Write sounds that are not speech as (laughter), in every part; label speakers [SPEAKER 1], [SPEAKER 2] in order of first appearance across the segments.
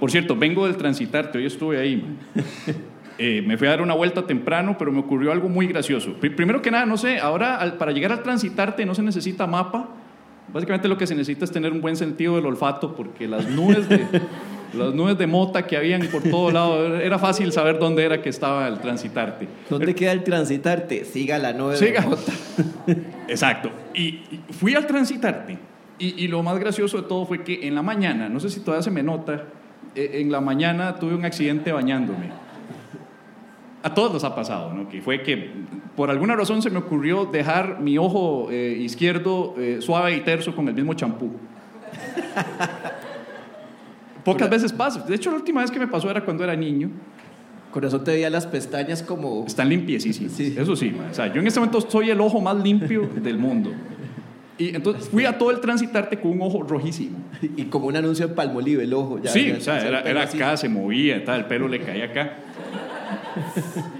[SPEAKER 1] Por cierto, vengo del transitarte, hoy estuve ahí. man. Eh, me fui a dar una vuelta temprano, pero me ocurrió algo muy gracioso. Pri- primero que nada, no sé, ahora al- para llegar al transitarte no se necesita mapa. Básicamente lo que se necesita es tener un buen sentido del olfato, porque las nubes de, las nubes de mota que habían por todo lado, era fácil saber dónde era que estaba el transitarte.
[SPEAKER 2] ¿Dónde queda el transitarte? Siga la 9
[SPEAKER 1] Siga. (laughs) Exacto. Y, y fui al transitarte. Y, y lo más gracioso de todo fue que en la mañana, no sé si todavía se me nota, eh, en la mañana tuve un accidente bañándome. A todos nos ha pasado, ¿no? Que fue que por alguna razón se me ocurrió dejar mi ojo eh, izquierdo eh, suave y terso con el mismo champú. Pocas veces pasa. De hecho, la última vez que me pasó era cuando era niño.
[SPEAKER 2] Con eso te veía las pestañas como...
[SPEAKER 1] Están limpiecísimos.
[SPEAKER 2] Sí.
[SPEAKER 1] Eso sí, ma. O sea, yo en este momento soy el ojo más limpio del mundo. Y entonces fui a todo el transitarte con un ojo rojísimo.
[SPEAKER 2] Y como un anuncio en Palmolive, el ojo. Ya,
[SPEAKER 1] sí,
[SPEAKER 2] ya,
[SPEAKER 1] o sea,
[SPEAKER 2] ya,
[SPEAKER 1] era,
[SPEAKER 2] ya,
[SPEAKER 1] era
[SPEAKER 2] así.
[SPEAKER 1] acá, se movía, tal, el pelo le caía acá.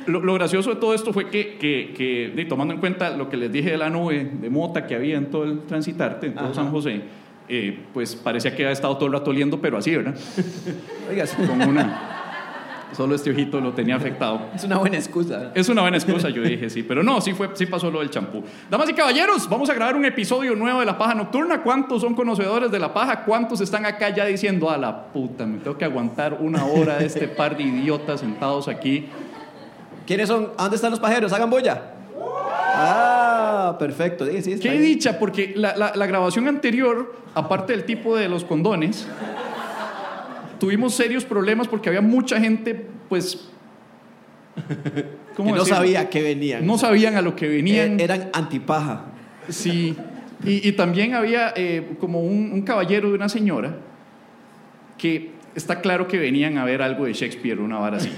[SPEAKER 1] Lo, lo gracioso de todo esto fue que, que- que, de, tomando en cuenta lo que les dije de la nube de mota que había en todo el transitarte, en todo
[SPEAKER 2] Ajá.
[SPEAKER 1] San José, eh, pues parecía que había estado todo el rato oliendo, pero así, ¿verdad?
[SPEAKER 2] (laughs) Oiga, es-
[SPEAKER 1] Con una... Solo este ojito lo tenía afectado.
[SPEAKER 2] es una buena excusa.
[SPEAKER 1] Es una buena excusa, yo dije, sí, pero no, sí, fue, sí pasó lo del champú. Damas y caballeros, vamos a grabar un episodio nuevo de La Paja Nocturna. ¿Cuántos son conocedores de La Paja? ¿Cuántos están acá ya diciendo, a la puta, me tengo que aguantar una hora de este par de idiotas sentados aquí?
[SPEAKER 2] ¿Quiénes son? ¿A dónde están los pajeros? Hagan boya. Ah, perfecto. Sí, sí, está
[SPEAKER 1] Qué
[SPEAKER 2] bien.
[SPEAKER 1] dicha, porque la, la- la grabación anterior, aparte del tipo de los condones, tuvimos serios problemas porque había mucha gente,
[SPEAKER 2] (laughs)
[SPEAKER 1] pues...
[SPEAKER 2] Que no
[SPEAKER 1] decirlo?
[SPEAKER 2] sabía que venían.
[SPEAKER 1] No sabían a lo que venían.
[SPEAKER 2] Eh, eran antipaja.
[SPEAKER 1] Sí. Y, y también había eh, como un, un caballero de una señora que está claro que venían a ver algo de Shakespeare, una vara
[SPEAKER 2] (laughs)
[SPEAKER 1] así.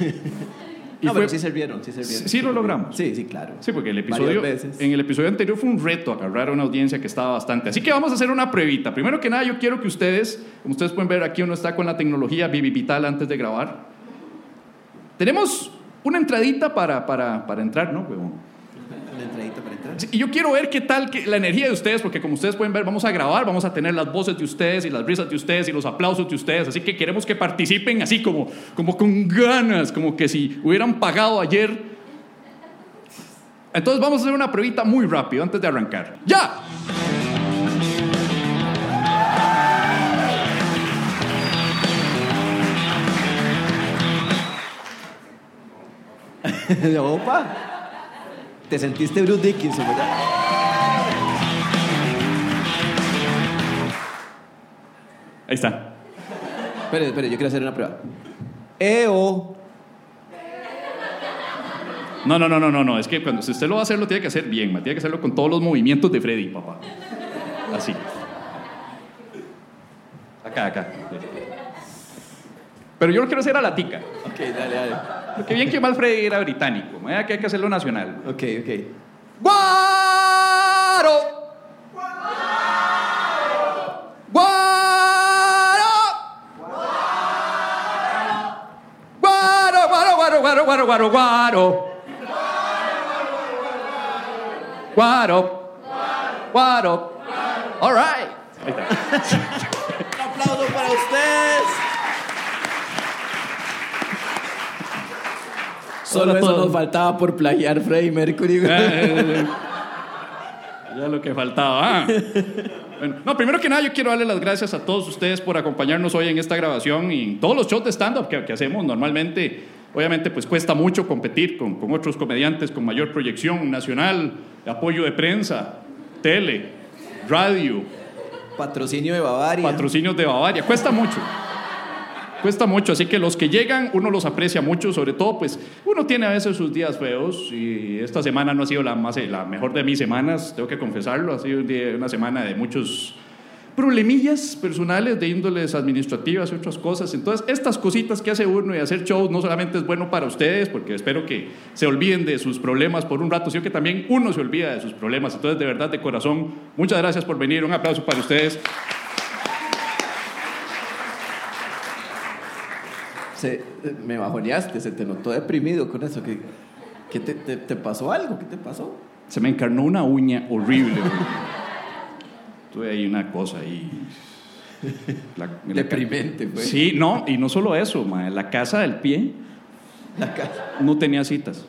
[SPEAKER 1] Y
[SPEAKER 2] no,
[SPEAKER 1] fue-
[SPEAKER 2] pero sí sirvieron, sí sirvieron.
[SPEAKER 1] Sí, sí lo logramos.
[SPEAKER 2] Sí, sí, claro.
[SPEAKER 1] Sí, porque el
[SPEAKER 2] Varias
[SPEAKER 1] episodio,
[SPEAKER 2] veces.
[SPEAKER 1] en el episodio anterior fue un reto agarrar a una audiencia que estaba bastante. Así que vamos a hacer una pruebita. Primero que nada, yo quiero que ustedes, como ustedes pueden ver, aquí uno está con la tecnología vivipital antes de grabar. Tenemos una entradita para, para, para entrar, ¿no? huevón?
[SPEAKER 2] Una entradita para entrar.
[SPEAKER 1] Sí, Y yo quiero ver qué tal que- la energía de ustedes, porque como ustedes pueden ver, vamos a grabar, vamos a tener las voces de ustedes y las risas de ustedes y los aplausos de ustedes. Así que queremos que participen así como, como con ganas, como que si hubieran pagado ayer. Entonces vamos a hacer una pruebita muy rápido antes de arrancar. ¡Ya!
[SPEAKER 2] (laughs) Opa. Te sentiste Bruce Dickinson, ¿verdad?
[SPEAKER 1] Ahí está.
[SPEAKER 2] Espere, espere, yo quiero hacer una prueba. E EO.
[SPEAKER 1] No, no, no, no, no, no. Es que cuando si usted lo va a hacer, lo tiene que hacer bien, ma. tiene que hacerlo con todos los movimientos de Freddy, papá. Así. Acá, acá. Pero yo lo quiero hacer a la tica.
[SPEAKER 2] Ok, dale, dale.
[SPEAKER 1] Porque bien que mal Freddy era británico. ma, que hay que hacerlo nacional.
[SPEAKER 2] Ok, ok.
[SPEAKER 1] ¡Guaro! ¡Guaro! ¡Guaro, guaro, guaro, guaro, guaro, guaro, guaro! ¡Guaro! ¡Guaro! ¡All right!
[SPEAKER 2] Un aplauso para ustedes. Solo
[SPEAKER 1] Hola a
[SPEAKER 2] eso
[SPEAKER 1] todos. Eh.
[SPEAKER 2] nos faltaba por plagiar Freddie Mercury. güey.
[SPEAKER 1] Ya lo que faltaba. ah. Bueno, no, primero que nada, yo quiero darle las gracias a todos ustedes por acompañarnos hoy en esta grabación y en todos los shows de stand-up que, que hacemos normalmente. Obviamente, pues cuesta mucho competir con, con otros comediantes con mayor proyección nacional, apoyo de prensa, tele, radio,
[SPEAKER 2] Patrocinio de Bavaria.
[SPEAKER 1] patrocinios de Bavaria. Cuesta mucho. Cuesta mucho, así que los que llegan uno los aprecia mucho, sobre todo pues uno tiene a veces sus días feos y esta semana no ha sido la, más, eh, la mejor de mis semanas, tengo que confesarlo, ha sido un día- una semana de muchos problemillas personales de índoles administrativas y otras cosas. Entonces, estas cositas que hace uno y hacer shows no solamente es bueno para ustedes, porque espero que se olviden de sus problemas por un rato, sino que también uno se olvida de sus problemas. Entonces, de verdad, de corazón, muchas gracias por venir. Un aplauso para ustedes.
[SPEAKER 2] Se- eh, me bajoneaste, se te notó deprimido con eso. ¿Qué, qué te, te- te pasó algo? ¿Qué te pasó?
[SPEAKER 1] Se me encarnó una uña horrible. güey. Tuve ahí una cosa ahí.
[SPEAKER 2] (laughs)
[SPEAKER 1] La- la-
[SPEAKER 2] Deprimente, pues. güey.
[SPEAKER 1] Sí, no, y no solo eso, mae, la casa del pie
[SPEAKER 2] La casa.
[SPEAKER 1] no tenía citas.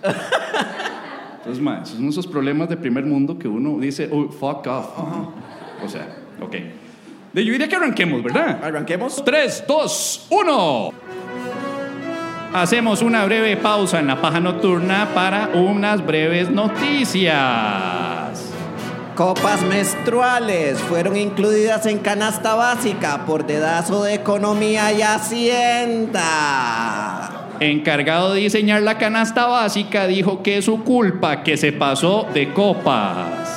[SPEAKER 1] Entonces, mae, esos son esos problemas de primer mundo que uno dice, oh, fuck off. mae". O sea, ok. De- Yo diría que arranquemos, ¿verdad?
[SPEAKER 2] Arranquemos.
[SPEAKER 1] 3, 2, 1. Hacemos una breve pausa en la paja nocturna para unas breves noticias.
[SPEAKER 3] Copas menstruales fueron incluidas en canasta básica por dedazo de economía y hacienda.
[SPEAKER 1] Encargado de diseñar la canasta básica dijo que es su culpa que se pasó de copas.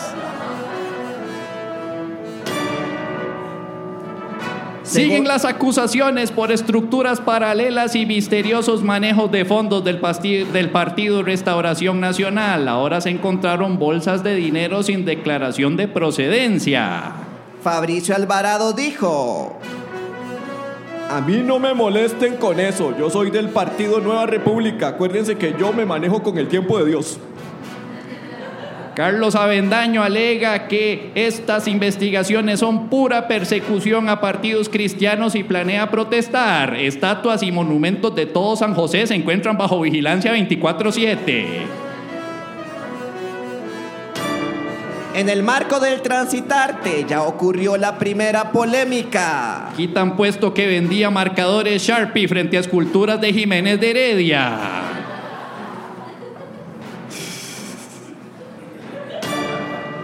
[SPEAKER 1] Siguen las acusaciones por estructuras paralelas y misteriosos manejos de fondos del, pasti- del Partido Restauración Nacional. Ahora se encontraron bolsas de dinero sin declaración de procedencia.
[SPEAKER 3] Fabricio Alvarado dijo,
[SPEAKER 4] A mí no me molesten con eso. Yo soy del partido Nueva República. Acuérdense que yo me manejo con el tiempo de Dios.
[SPEAKER 1] Carlos Avendaño alega que estas investigaciones son pura persecución a partidos cristianos y planea protestar. Estatuas y monumentos de todo San José se encuentran bajo vigilancia 24/7.
[SPEAKER 3] en el marco del transitarte ya ocurrió la primera polémica.
[SPEAKER 1] Quitan puesto que vendía marcadores Sharpie frente a esculturas de Jiménez de Heredia.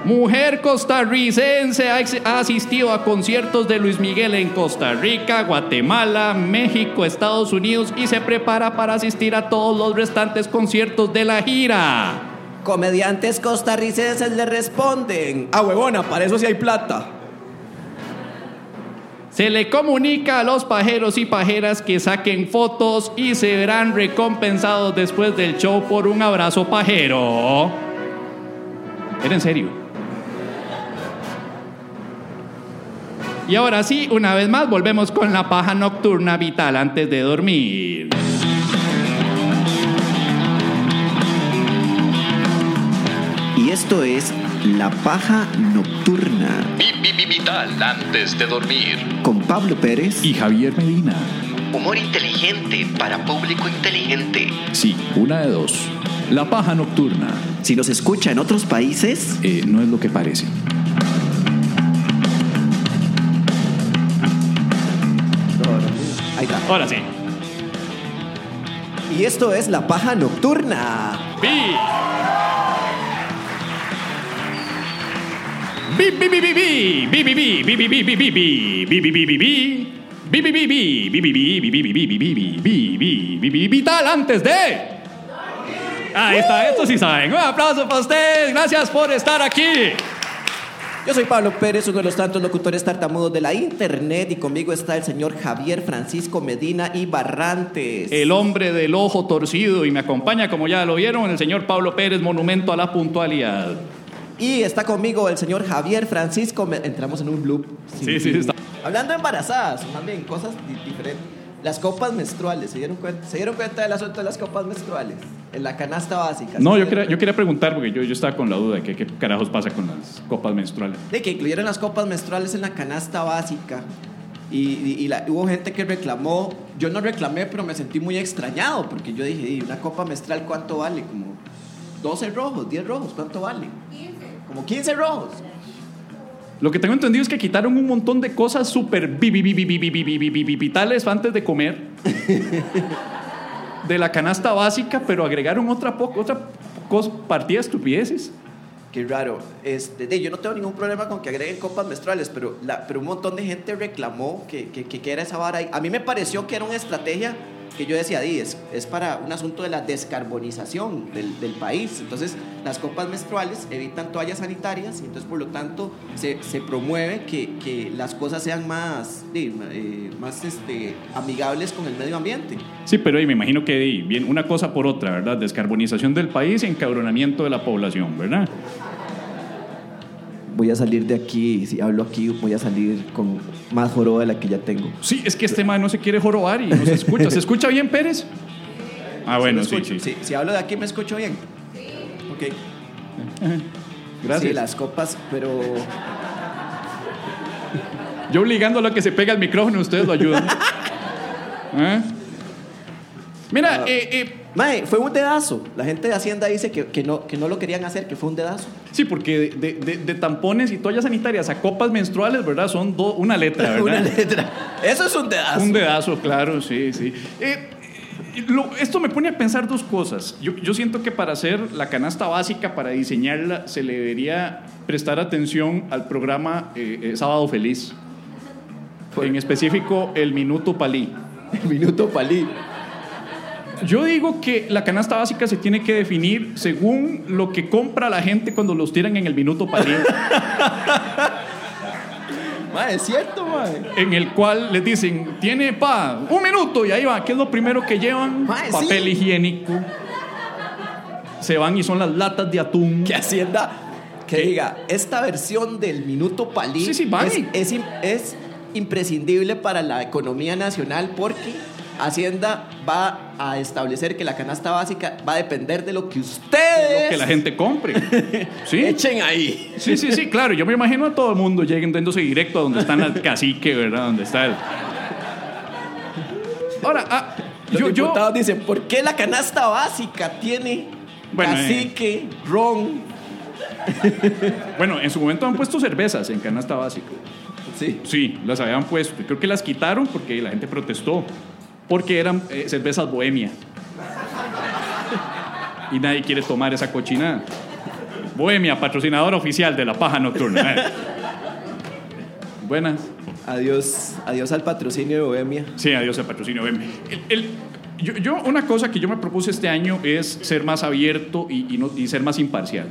[SPEAKER 1] Mujer costarricense ha ex- ha asistido a conciertos de Luis Miguel en Costa Rica, Guatemala, México, Estados Unidos y se prepara para asistir a todos los restantes conciertos de la gira.
[SPEAKER 3] Comediantes costarricenses le responden.
[SPEAKER 4] A huevona, para eso sí hay plata.
[SPEAKER 1] Se le comunica a los pajeros y pajeras que saquen fotos y se verán recompensados después del show por un abrazo pajero. Era en serio. Y ahora sí, una vez más, volvemos con la paja nocturna vital antes de dormir.
[SPEAKER 3] Y esto es La Paja Nocturna
[SPEAKER 5] Vital antes de dormir.
[SPEAKER 3] con Pablo Pérez.
[SPEAKER 1] Y Javier Medina.
[SPEAKER 6] Humor inteligente para público inteligente.
[SPEAKER 5] Sí, una de dos. La paja nocturna
[SPEAKER 3] Si nos escucha en otros países...
[SPEAKER 5] eh, no es lo que parece.
[SPEAKER 3] Ahí está.
[SPEAKER 1] Ahora sí.
[SPEAKER 3] Y esto es La Paja Nocturna.
[SPEAKER 1] ¡Bi! Bi, bi, bi, bi, bi. Bi, bi, bi, bi, bi, bi, bi, bi, bi. Bi, bi, bi, bi, bi. Bi, bi, bi, bi. Bi, bi, bi, bi, bi, bi, bi, bi, bi, bi, bi, bi, bi, bi, vital antes de. Ahí está, esto sí saben. Un aplauso para ustedes. Gracias por estar aquí.
[SPEAKER 3] Yo soy Pablo Pérez, uno de los tantos locutores tartamudos de la internet, y conmigo está el señor Javier Francisco Medina y Barrantes.
[SPEAKER 1] El hombre del ojo torcido y me acompaña, como ya lo vieron, el señor Pablo Pérez, monumento a la puntualidad.
[SPEAKER 3] Y está conmigo el señor Javier Francisco. Me- Entramos en un loop.
[SPEAKER 1] Sí, sí, está.
[SPEAKER 3] Hablando de embarazadas, también cosas di- diferentes. Las copas menstruales, ¿se dieron, cuenta, ¿se dieron cuenta del asunto de las copas menstruales? En la canasta básica.
[SPEAKER 1] No,
[SPEAKER 3] ¿sí?
[SPEAKER 1] yo quería, yo quería preguntar porque yo, yo estaba con la duda de que, qué carajos pasa con las copas menstruales.
[SPEAKER 3] De que incluyeron las copas menstruales en la canasta básica. Y, y- y la- hubo gente que reclamó. Yo no reclamé, pero me sentí muy extrañado porque yo dije, "Y una copa menstrual, ¿cuánto vale? Como 12 rojos, 10 rojos, ¿cuánto vale? 15. Como 15 rojos.
[SPEAKER 1] Lo que tengo entendido es que quitaron un montón de cosas súper vi- vi- vi- vi- vi- vi- vi- vi- vi- vi- vi- vitales antes de (laughs) comer de la canasta básica, pero agregaron otra, po- otra cos- partida de estupideces.
[SPEAKER 3] Qué raro. Este, de, yo no tengo ningún problema con que agreguen copas menstruales, pero, la, pero un montón de gente reclamó que, que, que- que era esa vara. ahí. A mí me pareció que era una estrategia que yo decía, "Di, es, es para un asunto de la descarbonización del, del país. Entonces, las copas menstruales evitan toallas sanitarias y entonces, por lo tanto, se, se promueve que, que las cosas sean más, di, ma- eh, más este, amigables con el medio ambiente.
[SPEAKER 1] Sí, pero ahí me imagino que di, bien, una cosa por otra, ¿verdad? Descarbonización del país y encabronamiento de la población, ¿verdad?
[SPEAKER 3] Voy a salir de aquí, si hablo aquí, voy a salir con más joroba de la que ya tengo.
[SPEAKER 1] Sí, es que este man no se quiere jorobar y no se escucha. (laughs) ¿Se escucha bien, Pérez? Ah, bueno,
[SPEAKER 3] ¿Me
[SPEAKER 1] sí,
[SPEAKER 3] escucho?
[SPEAKER 1] sí.
[SPEAKER 3] Si, si hablo de aquí, ¿me escucho bien? Ok.
[SPEAKER 1] Gracias.
[SPEAKER 3] Sí, las copas, pero...
[SPEAKER 1] Yo obligándolo a que se pegue al micrófono, ustedes lo ayudan. ¿Eh? Mira, eh, eh,
[SPEAKER 3] Mae, fue un dedazo. La gente de Hacienda dice que, que no, que no lo querían hacer, que fue un dedazo.
[SPEAKER 1] sí, porque de, de- de- de tampones y toallas sanitarias a copas menstruales, ¿verdad? Son do- una letra,
[SPEAKER 3] (laughs)
[SPEAKER 1] ¿verdad?
[SPEAKER 3] Una letra. Eso es un dedazo.
[SPEAKER 1] Un dedazo, claro, sí, sí. Eh, lo- esto me pone a pensar dos cosas. Yo, yo siento que para hacer la canasta básica, para diseñarla, se le debería prestar atención al programa eh, eh, Sábado Feliz. En específico, el Minuto Palí.
[SPEAKER 2] (laughs) El minuto palí.
[SPEAKER 1] Yo digo que la canasta básica se tiene que definir según lo que compra la gente cuando los tiran en el Minuto Palí.
[SPEAKER 2] Mae, es cierto, mae.
[SPEAKER 1] en el cual les dicen, tiene pa, un minuto y ahí va, ¿qué es lo primero que llevan?
[SPEAKER 2] Mae,
[SPEAKER 1] Papel
[SPEAKER 2] sí.
[SPEAKER 1] higiénico. Se van y son las latas de atún.
[SPEAKER 2] ¿Qué hacía?
[SPEAKER 3] Hacienda que diga, esta versión del minuto palí
[SPEAKER 1] Sí, sí, van
[SPEAKER 3] es,
[SPEAKER 1] y-
[SPEAKER 3] es im- es imprescindible para la economía nacional porque Hacienda va a establecer que la canasta básica va a depender de lo que ustedes
[SPEAKER 1] Que la gente compre. ¿Sí?
[SPEAKER 3] echen ahí.
[SPEAKER 1] sí, sí, sí, claro. Yo me imagino a todo el mundo llegándose directo a donde están las cacique, ¿verdad? Donde está el... Ahora, ah,
[SPEAKER 3] Los
[SPEAKER 1] yo, yo,
[SPEAKER 3] diputados dicen, ¿por qué la canasta básica tiene
[SPEAKER 1] Bueno, eh.
[SPEAKER 3] cacique, ron?
[SPEAKER 1] bueno, en su momento han puesto cervezas en canasta básica.
[SPEAKER 2] Sí.
[SPEAKER 1] Sí, las habían puesto. Creo que las quitaron porque la gente protestó. Porque eran eh, cervezas bohemia. Y nadie quiere tomar esa cochinada. Bohemia, patrocinadora oficial de la paja nocturna. eh. Buenas.
[SPEAKER 3] Adiós, adiós al patrocinio de Bohemia.
[SPEAKER 1] Sí, adiós al patrocinio. ven. El- el- yo, yo- una cosa que yo me propuse este año es ser más abierto y, y no- y ser más imparcial.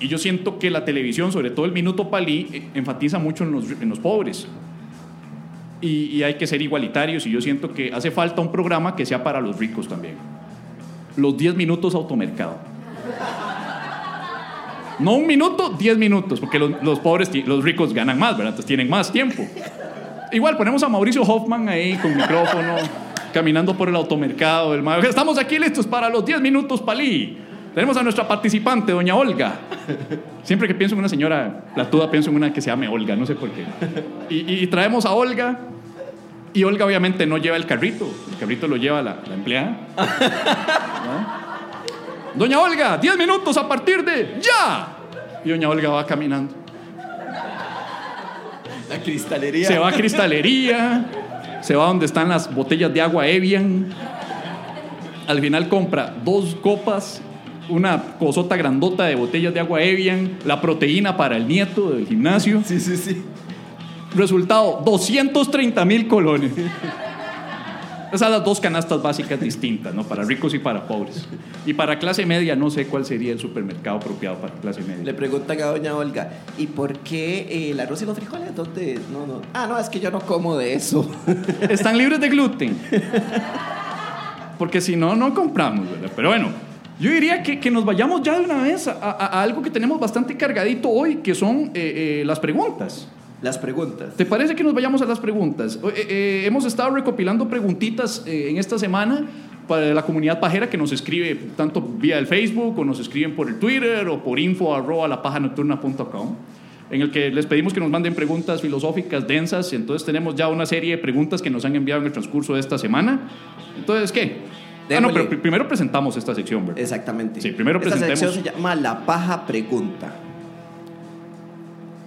[SPEAKER 1] Y yo siento que la televisión, sobre todo el Minuto Palí, eh, enfatiza mucho en los, en los pobres. Y, y hay que ser igualitarios y yo siento que hace falta un programa que sea para los ricos también. Los 10 minutos automercado. No un minuto, 10 minutos, porque los, los pobres, ti- los ricos ganan más, ¿verdad? Entonces tienen más tiempo. Igual ponemos a Mauricio Hoffman ahí con micrófono, caminando por el automercado. El ma- Estamos aquí listos para los 10 minutos palí. Tenemos a nuestra participante, doña Olga. Siempre que pienso en una señora platuda, pienso en una que se llame Olga, no sé por qué. Y, y traemos a Olga. Y Olga obviamente no lleva el carrito, el carrito lo lleva la, la empleada. ¿No? Doña Olga, 10 minutos a partir de ya. Y doña Olga va caminando.
[SPEAKER 2] La cristalería.
[SPEAKER 1] Se va a cristalería, se va donde están las botellas de agua Evian. Al final compra dos copas, una cosota grandota de botellas de agua Evian, la proteína para el nieto del gimnasio.
[SPEAKER 2] Sí, sí, sí.
[SPEAKER 1] Resultado, 230 mil colones. Esas son las dos canastas básicas distintas, ¿no? Para ricos y para pobres. Y para clase media, no sé cuál sería el supermercado apropiado para clase
[SPEAKER 3] Le
[SPEAKER 1] media.
[SPEAKER 3] preguntan a doña Olga, ¿y por qué eh, el arroz y los frijoles? ¿Dónde? No, no. Ah, no, es que yo no como de eso. (laughs)
[SPEAKER 1] Están libres de gluten. Porque si no, no compramos, ¿verdad? Pero bueno, yo diría que, que nos vayamos ya de una vez a, a- a algo que tenemos bastante cargadito hoy, que son eh, eh, las preguntas.
[SPEAKER 3] Las preguntas.
[SPEAKER 1] ¿Te parece que nos vayamos a las preguntas? O- eh, eh, hemos estado recopilando preguntitas eh, en esta semana para la comunidad pajera que nos escribe tanto vía el Facebook o nos escriben por el Twitter o por info arroba lapajanocturna.com en el que les pedimos que nos manden preguntas filosóficas densas. Entonces tenemos ya una serie de preguntas que nos han enviado en el transcurso de esta semana. Entonces, ¿qué? Ah, no,
[SPEAKER 3] Démosle.
[SPEAKER 1] pero pri- primero presentamos esta sección, ¿verdad?
[SPEAKER 3] Exactamente.
[SPEAKER 1] Sí, primero
[SPEAKER 3] Esta sección
[SPEAKER 1] presentemos-
[SPEAKER 3] se llama La Paja Pregunta.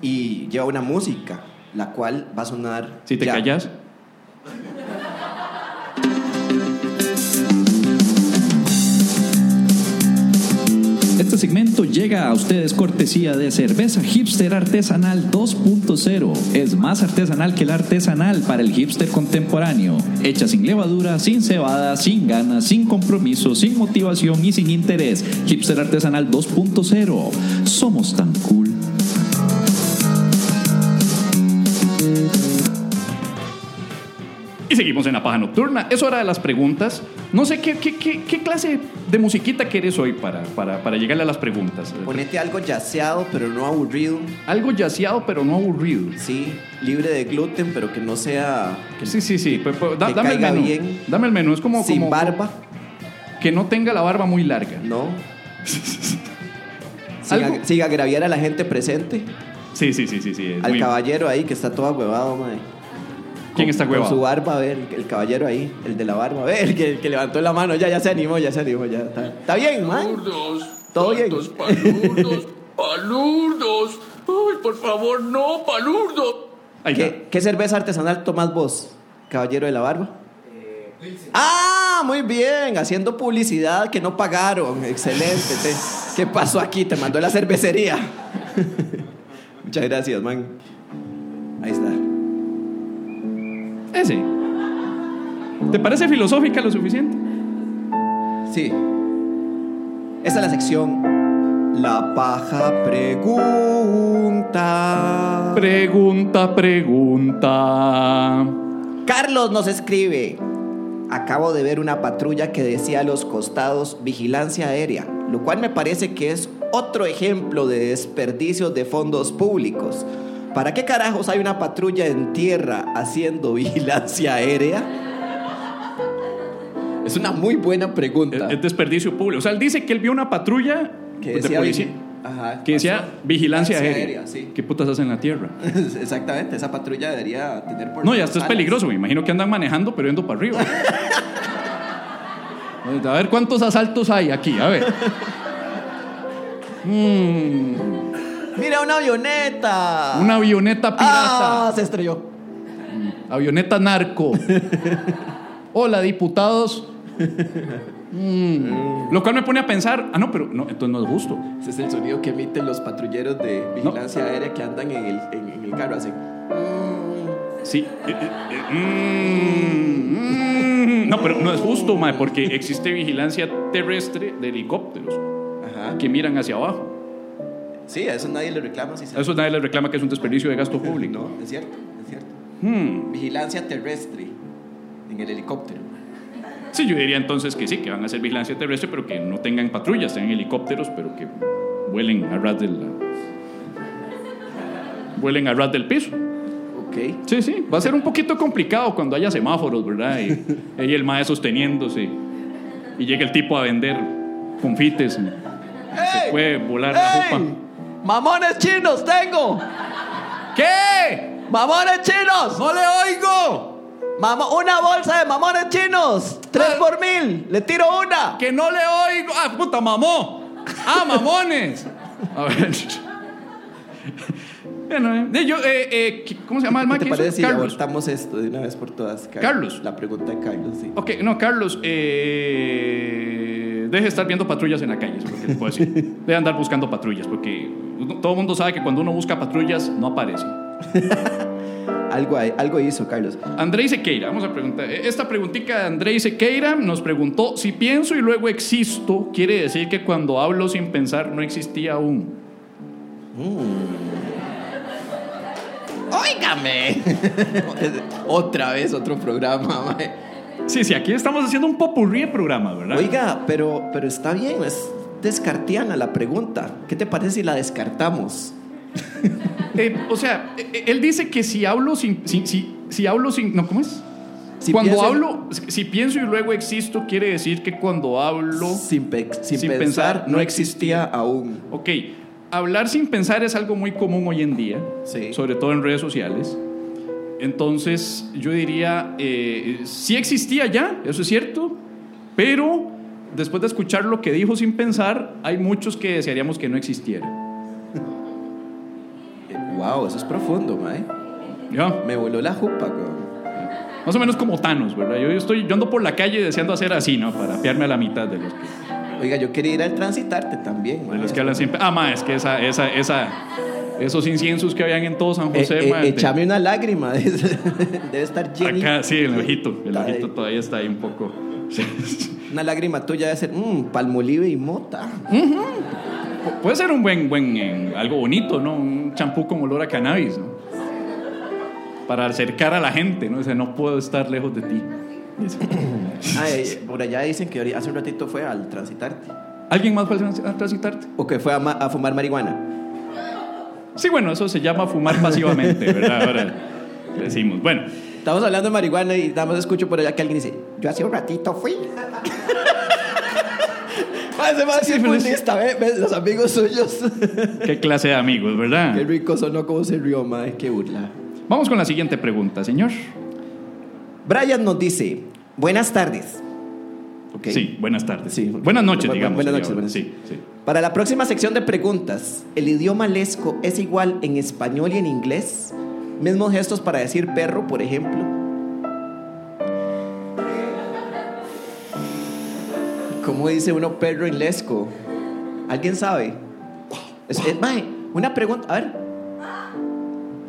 [SPEAKER 3] Y lleva una música, la cual va a sonar.
[SPEAKER 1] Si te
[SPEAKER 3] ya.
[SPEAKER 1] callas.
[SPEAKER 5] Este segmento llega a ustedes cortesía de cerveza hipster artesanal 2.0. Es más artesanal que el artesanal para el hipster contemporáneo. Hecha sin levadura, sin cebada, sin ganas, sin compromiso, sin motivación y sin interés. Hipster artesanal 2.0. Somos tan cool.
[SPEAKER 1] Y seguimos en la paja nocturna. Es hora de las preguntas. No sé qué, qué, qué, qué clase de musiquita quieres hoy para, para, para llegarle a las preguntas.
[SPEAKER 3] Ponete algo yaceado, pero no aburrido.
[SPEAKER 1] Algo yaceado, pero no aburrido.
[SPEAKER 3] Sí, libre de gluten, pero que no sea.
[SPEAKER 1] Sí, sí, sí. Pues, pues, da-
[SPEAKER 3] Que
[SPEAKER 1] dame el
[SPEAKER 3] caiga
[SPEAKER 1] menú.
[SPEAKER 3] bien.
[SPEAKER 1] Dame el menú. Es como,
[SPEAKER 3] sin
[SPEAKER 1] como-
[SPEAKER 3] barba,
[SPEAKER 1] que no tenga la barba muy (laughs) larga.
[SPEAKER 3] no. Sin,
[SPEAKER 1] Algo-
[SPEAKER 3] ag- sin agraviar a la gente presente.
[SPEAKER 1] Sí, sí, sí, sí. sí es
[SPEAKER 3] Al
[SPEAKER 1] muy-
[SPEAKER 3] caballero ahí que está todo agüevado, madre.
[SPEAKER 1] ¿Quién está
[SPEAKER 3] Con
[SPEAKER 1] huevado?
[SPEAKER 3] su barba, a ver, el caballero ahí, el de la barba, a ver, el que, el que levantó la mano, ya, ya se animó, ya se animó, ya está. Está bien, man.
[SPEAKER 7] Palurdos,
[SPEAKER 3] Todo bien.
[SPEAKER 7] tantos palurdos, palurdos. Ay, por favor, no, palurdos.
[SPEAKER 1] Ahí está.
[SPEAKER 3] ¿Qué, qué cerveza artesanal tomás vos, caballero de la barba? Ah, muy bien, haciendo publicidad que no pagaron. Excelente. te- ¿Qué pasó aquí? Te mandó la cervecería. (laughs) Muchas gracias, man. Ahí está.
[SPEAKER 1] Ese. ¿Te parece filosófica lo suficiente?
[SPEAKER 3] Sí. Esta es la sección. La paja pregunta.
[SPEAKER 1] Pregunta, pregunta.
[SPEAKER 3] Carlos nos escribe. Acabo de ver una patrulla que decía a los costados vigilancia aérea, lo cual me parece que es otro ejemplo de desperdicio de fondos públicos. ¿Para qué carajos hay una patrulla en tierra haciendo (laughs) vigilancia aérea? Es una muy buena
[SPEAKER 1] Es,
[SPEAKER 3] pregunta.
[SPEAKER 1] es desperdicio público. O sea, él dice que él vio una patrulla
[SPEAKER 3] Que
[SPEAKER 1] pues, Eh, de
[SPEAKER 3] decía
[SPEAKER 1] policía.
[SPEAKER 3] vigi- Ajá,
[SPEAKER 1] Que decía
[SPEAKER 3] pasó.
[SPEAKER 1] vigilancia aérea.
[SPEAKER 3] sí.
[SPEAKER 1] ¿Qué putas hacen en la tierra?
[SPEAKER 3] (laughs) Exactamente, esa patrulla debería tener por
[SPEAKER 1] No, ya esto es
[SPEAKER 3] alas.
[SPEAKER 1] peligroso. Me imagino que andan manejando, pero yendo para arriba. A ver cuántos asaltos hay aquí. A ver. Mm,
[SPEAKER 3] Mira una avioneta.
[SPEAKER 1] una avioneta pirata.
[SPEAKER 3] Ah, se estrelló.
[SPEAKER 1] Avioneta narco. Hola, diputados. Mm, Lo cual me pone a pensar, ah, no, pero no, entonces no es justo.
[SPEAKER 3] Ese es el sonido que emiten los patrulleros de vigilancia aérea que andan en el, en, en el carro. Hacen.
[SPEAKER 1] Sí. eh, eh, eh, mm, mm. No, pero no es justo, mae, porque existe vigilancia terrestre de helicópteros
[SPEAKER 3] Ajá.
[SPEAKER 1] que miran hacia abajo.
[SPEAKER 3] Sí, a eso nadie le reclama. Si se...
[SPEAKER 1] A eso nadie le reclama que es un desperdicio de gasto público.
[SPEAKER 3] No, es cierto, es cierto.
[SPEAKER 1] Hmm.
[SPEAKER 3] Vigilancia terrestre en el helicóptero.
[SPEAKER 1] Sí, yo diría entonces que sí, que van a hacer vigilancia terrestre, pero que no tengan patrullas, tengan helicópteros, pero que vuelen a ras del... Vuelen a ras del piso.
[SPEAKER 3] Ok.
[SPEAKER 1] Sí, sí, va a ser un poquito complicado cuando haya semáforos, ¿verdad? Y, y el mae sosteniéndose. Y llega el tipo a vender confites. Se puede volar la jupa.
[SPEAKER 3] ¡Mamones chinos tengo!
[SPEAKER 1] ¿Qué?
[SPEAKER 3] ¡Mamones chinos!
[SPEAKER 1] ¡No le oigo!
[SPEAKER 3] Mamo- ¡Una bolsa de mamones chinos! ¡Tres por mil! ¡Le tiro una!
[SPEAKER 1] ¡Que no le oigo! ¡Ah, puta, mamó! ¡Ah, mamones! A ver. Bueno, eh, de yo, eh, eh, ¿qué- ¿cómo se llama el mae
[SPEAKER 3] ¿Qué te
[SPEAKER 1] que hizo?
[SPEAKER 3] parece si
[SPEAKER 1] Carlos.
[SPEAKER 3] abortamos esto de una vez por todas? Car-
[SPEAKER 1] Carlos.
[SPEAKER 3] La pregunta de Carlos, sí.
[SPEAKER 1] Ok, no, Carlos, eh, deje de estar viendo patrullas en la calle, es lo que le puedo decir. Deje de andar buscando patrullas, porque uno- todo el mundo sabe que cuando uno busca patrullas no aparecen.
[SPEAKER 3] Algo, hay- algo hizo Carlos.
[SPEAKER 1] Andrei Sequeira, vamos a preguntar. eh, Esta preguntita de Andrei Sequeira nos preguntó: si pienso y luego existo, quiere decir que cuando hablo sin pensar no existía aún.
[SPEAKER 3] ¡Óigame! (laughs) Otra vez otro programa, mae.
[SPEAKER 1] Sí, sí, aquí estamos haciendo un popurrí de programa, ¿verdad?
[SPEAKER 3] Oiga, pero, pero está bien, es descartiana la pregunta. ¿Qué te parece si la descartamos?
[SPEAKER 1] Eh, o sea, eh, eh, él dice que si hablo sin. Si, si, si hablo sin. ¿No, cómo es?
[SPEAKER 3] Si
[SPEAKER 1] cuando
[SPEAKER 3] pienso-
[SPEAKER 1] hablo, si pienso y luego existo, quiere decir que cuando hablo.
[SPEAKER 3] Sin, pe- sin
[SPEAKER 1] Sin
[SPEAKER 3] pensar,
[SPEAKER 1] pensar,
[SPEAKER 3] no
[SPEAKER 1] no
[SPEAKER 3] existía aún.
[SPEAKER 1] Ok, hablar sin pensar es algo muy común hoy en día,
[SPEAKER 3] Sí.
[SPEAKER 1] sobre todo en redes sociales. Entonces, yo diría, eh, sí existía ya, eso es cierto, pero después de escuchar lo que dijo sin pensar, hay muchos que desearíamos que no existiera.
[SPEAKER 3] Wow, eso es profundo, mae.
[SPEAKER 1] ¿Ya?
[SPEAKER 3] Me voló la jupa, weón.
[SPEAKER 1] Más o menos como Thanos, ¿verdad? Yo, yo estoy, yo ando por la calle deseando hacer así, ¿no? Para apiarme a la mitad de los que,
[SPEAKER 3] Oiga, yo quería ir al transitarte también, Eh,
[SPEAKER 1] de
[SPEAKER 3] mae.
[SPEAKER 1] los que hablan siempre. Ah, ma, es que esa, esa, esa, esos inciensos que habían en todo San
[SPEAKER 3] Eh,
[SPEAKER 1] José,
[SPEAKER 3] eh,
[SPEAKER 1] ma, te-
[SPEAKER 3] échame una lágrima. (laughs) Debe estar llena.
[SPEAKER 1] Acá, sí, el ojito. El
[SPEAKER 3] Está
[SPEAKER 1] ojito
[SPEAKER 3] ahí.
[SPEAKER 1] todavía está ahí un poco. (laughs)
[SPEAKER 3] Una lágrima tuya debe ser, mmm, palmolive
[SPEAKER 1] (laughs)
[SPEAKER 3] y mota.
[SPEAKER 1] Pu- Puede ser un buen, buen, eh, algo bonito, ¿no? Un champú con olor a cannabis, ¿no? Para acercar a la gente, ¿no? Dice, no puedo estar lejos de ti.
[SPEAKER 3] Ay, por allá dicen que ahorita- hace un ratito fue al transitarte.
[SPEAKER 1] ¿Alguien más fue a trans- a transitarte?
[SPEAKER 3] O que fue a, ma- a fumar marihuana.
[SPEAKER 1] Sí, bueno, eso se llama fumar pasivamente, ¿verdad? Ahora le decimos. Bueno,
[SPEAKER 3] Estamos
[SPEAKER 1] (laughs)
[SPEAKER 3] hablando de marihuana y nada más escucho por allá que alguien dice, yo hace un ratito fui.
[SPEAKER 2] Ah, Ese más sí, es budista,
[SPEAKER 3] ¿eh?
[SPEAKER 2] ¿ves? ¿Ves? Los amigos suyos.
[SPEAKER 3] (laughs)
[SPEAKER 1] Qué clase de amigos, ¿verdad?
[SPEAKER 2] Qué rico sonó como se rió, madre. Qué burla.
[SPEAKER 1] Vamos con la siguiente pregunta, señor.
[SPEAKER 3] Brian nos dice, buenas tardes. Ok.
[SPEAKER 1] Sí, buenas tardes.
[SPEAKER 3] Sí.
[SPEAKER 1] Buenas noches,
[SPEAKER 3] Bu- bu-
[SPEAKER 1] digamos.
[SPEAKER 3] buenas noches,
[SPEAKER 1] sería
[SPEAKER 3] buenas-
[SPEAKER 1] ahora. Sí, sí.
[SPEAKER 3] Para la próxima sección de preguntas, ¿el idioma lesco es igual en español y en inglés? Mismos gestos para decir perro, por ejemplo.
[SPEAKER 2] ¿Cómo dice uno perro en lesco?
[SPEAKER 3] ¿Alguien sabe? Es, es- mae, una pregunta, a ver.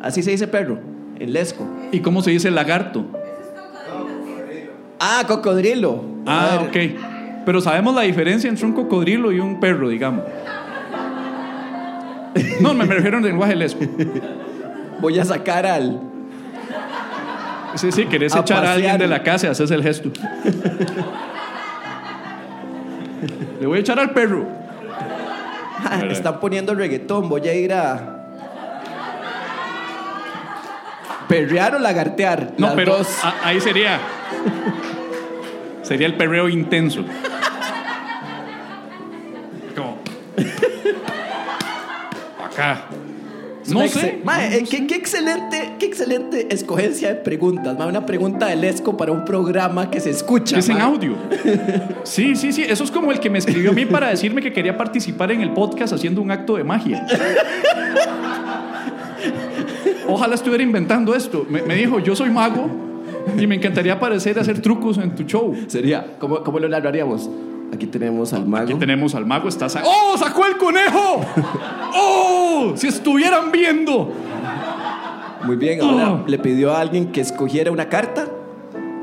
[SPEAKER 3] Así se dice perro, en lesco.
[SPEAKER 1] ¿Y cómo se dice lagarto?
[SPEAKER 3] Ah, cocodrilo. A
[SPEAKER 1] Ah,
[SPEAKER 3] ver,
[SPEAKER 1] ok. Pero sabemos la diferencia entre un cocodrilo y un perro, digamos. No, me refiero en lenguaje lesco.
[SPEAKER 2] Voy a sacar al.
[SPEAKER 1] Sí, sí, querés
[SPEAKER 2] A
[SPEAKER 1] echar a alguien
[SPEAKER 2] pasear.
[SPEAKER 1] de la casa, haces el gesto. Le voy a echar al perro.
[SPEAKER 3] ah, están poniendo reggaetón, voy a ir a...
[SPEAKER 2] ¿Perrear o lagartear?
[SPEAKER 1] No,
[SPEAKER 2] Las
[SPEAKER 1] pero ah,
[SPEAKER 2] dos.
[SPEAKER 1] a- ahí sería. Sería el perreo intenso. Como. Acá. No sé.
[SPEAKER 3] Mae, eh,
[SPEAKER 2] Qué,
[SPEAKER 3] ¿qué-
[SPEAKER 2] qué excelente, qué excelente escogencia de preguntas, mae. Una pregunta de lesco para un programa que se escucha.
[SPEAKER 1] Es en
[SPEAKER 2] mae.
[SPEAKER 1] audio. Sí, sí, sí. Eso es como el que me escribió a mí para decirme que quería participar en el podcast haciendo un acto de magia. Ojalá estuviera inventando esto. Me, me dijo, yo soy mago y me encantaría aparecer a hacer trucos en tu show.
[SPEAKER 2] Sería, ¿cómo, cómo lo narraríamos? Aquí tenemos al mago.
[SPEAKER 1] Aquí tenemos al mago, está... sa- ¡Oh, sacó el conejo!
[SPEAKER 2] (laughs)
[SPEAKER 1] ¡Oh! Si estuvieran viendo.
[SPEAKER 2] Muy bien, ahora
[SPEAKER 1] Oh.
[SPEAKER 2] le pidió a alguien que escogiera una carta.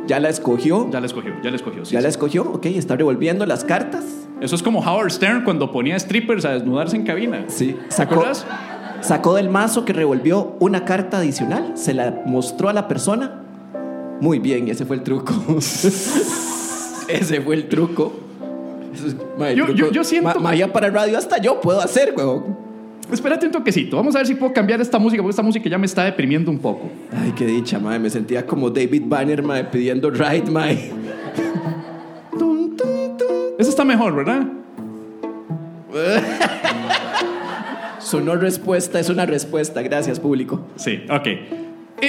[SPEAKER 2] Ya la escogió.
[SPEAKER 1] Ya la escogió, ya la escogió. sí,
[SPEAKER 2] Ya la
[SPEAKER 1] sí.
[SPEAKER 2] escogió. Ok, está revolviendo las cartas.
[SPEAKER 1] Eso es como Howard Stern cuando ponía strippers a desnudarse en cabina.
[SPEAKER 2] Sí,
[SPEAKER 1] ¿Te
[SPEAKER 2] sacó,
[SPEAKER 1] acuerdas?
[SPEAKER 2] sacó del mazo que revolvió una carta adicional. Se la mostró a la persona. Muy bien, ese fue el truco. (laughs) ese fue el truco. Eso es- ma, el
[SPEAKER 1] Yo- yo-
[SPEAKER 2] truco-
[SPEAKER 1] yo siento-
[SPEAKER 2] ma- magia para radio hasta yo puedo hacer, huevón.
[SPEAKER 1] Espérate un toquecito. Vamos a ver si puedo cambiar esta música, porque esta música ya me está deprimiendo un poco.
[SPEAKER 2] Ay, qué dicha, madre. Me sentía como David Banner, madre, pidiendo ride, madre. Tum, tum, tum.
[SPEAKER 1] Esa está mejor, ¿verdad?
[SPEAKER 2] Sonó respuesta, es una respuesta. Gracias, público.
[SPEAKER 1] Sí, ok. El-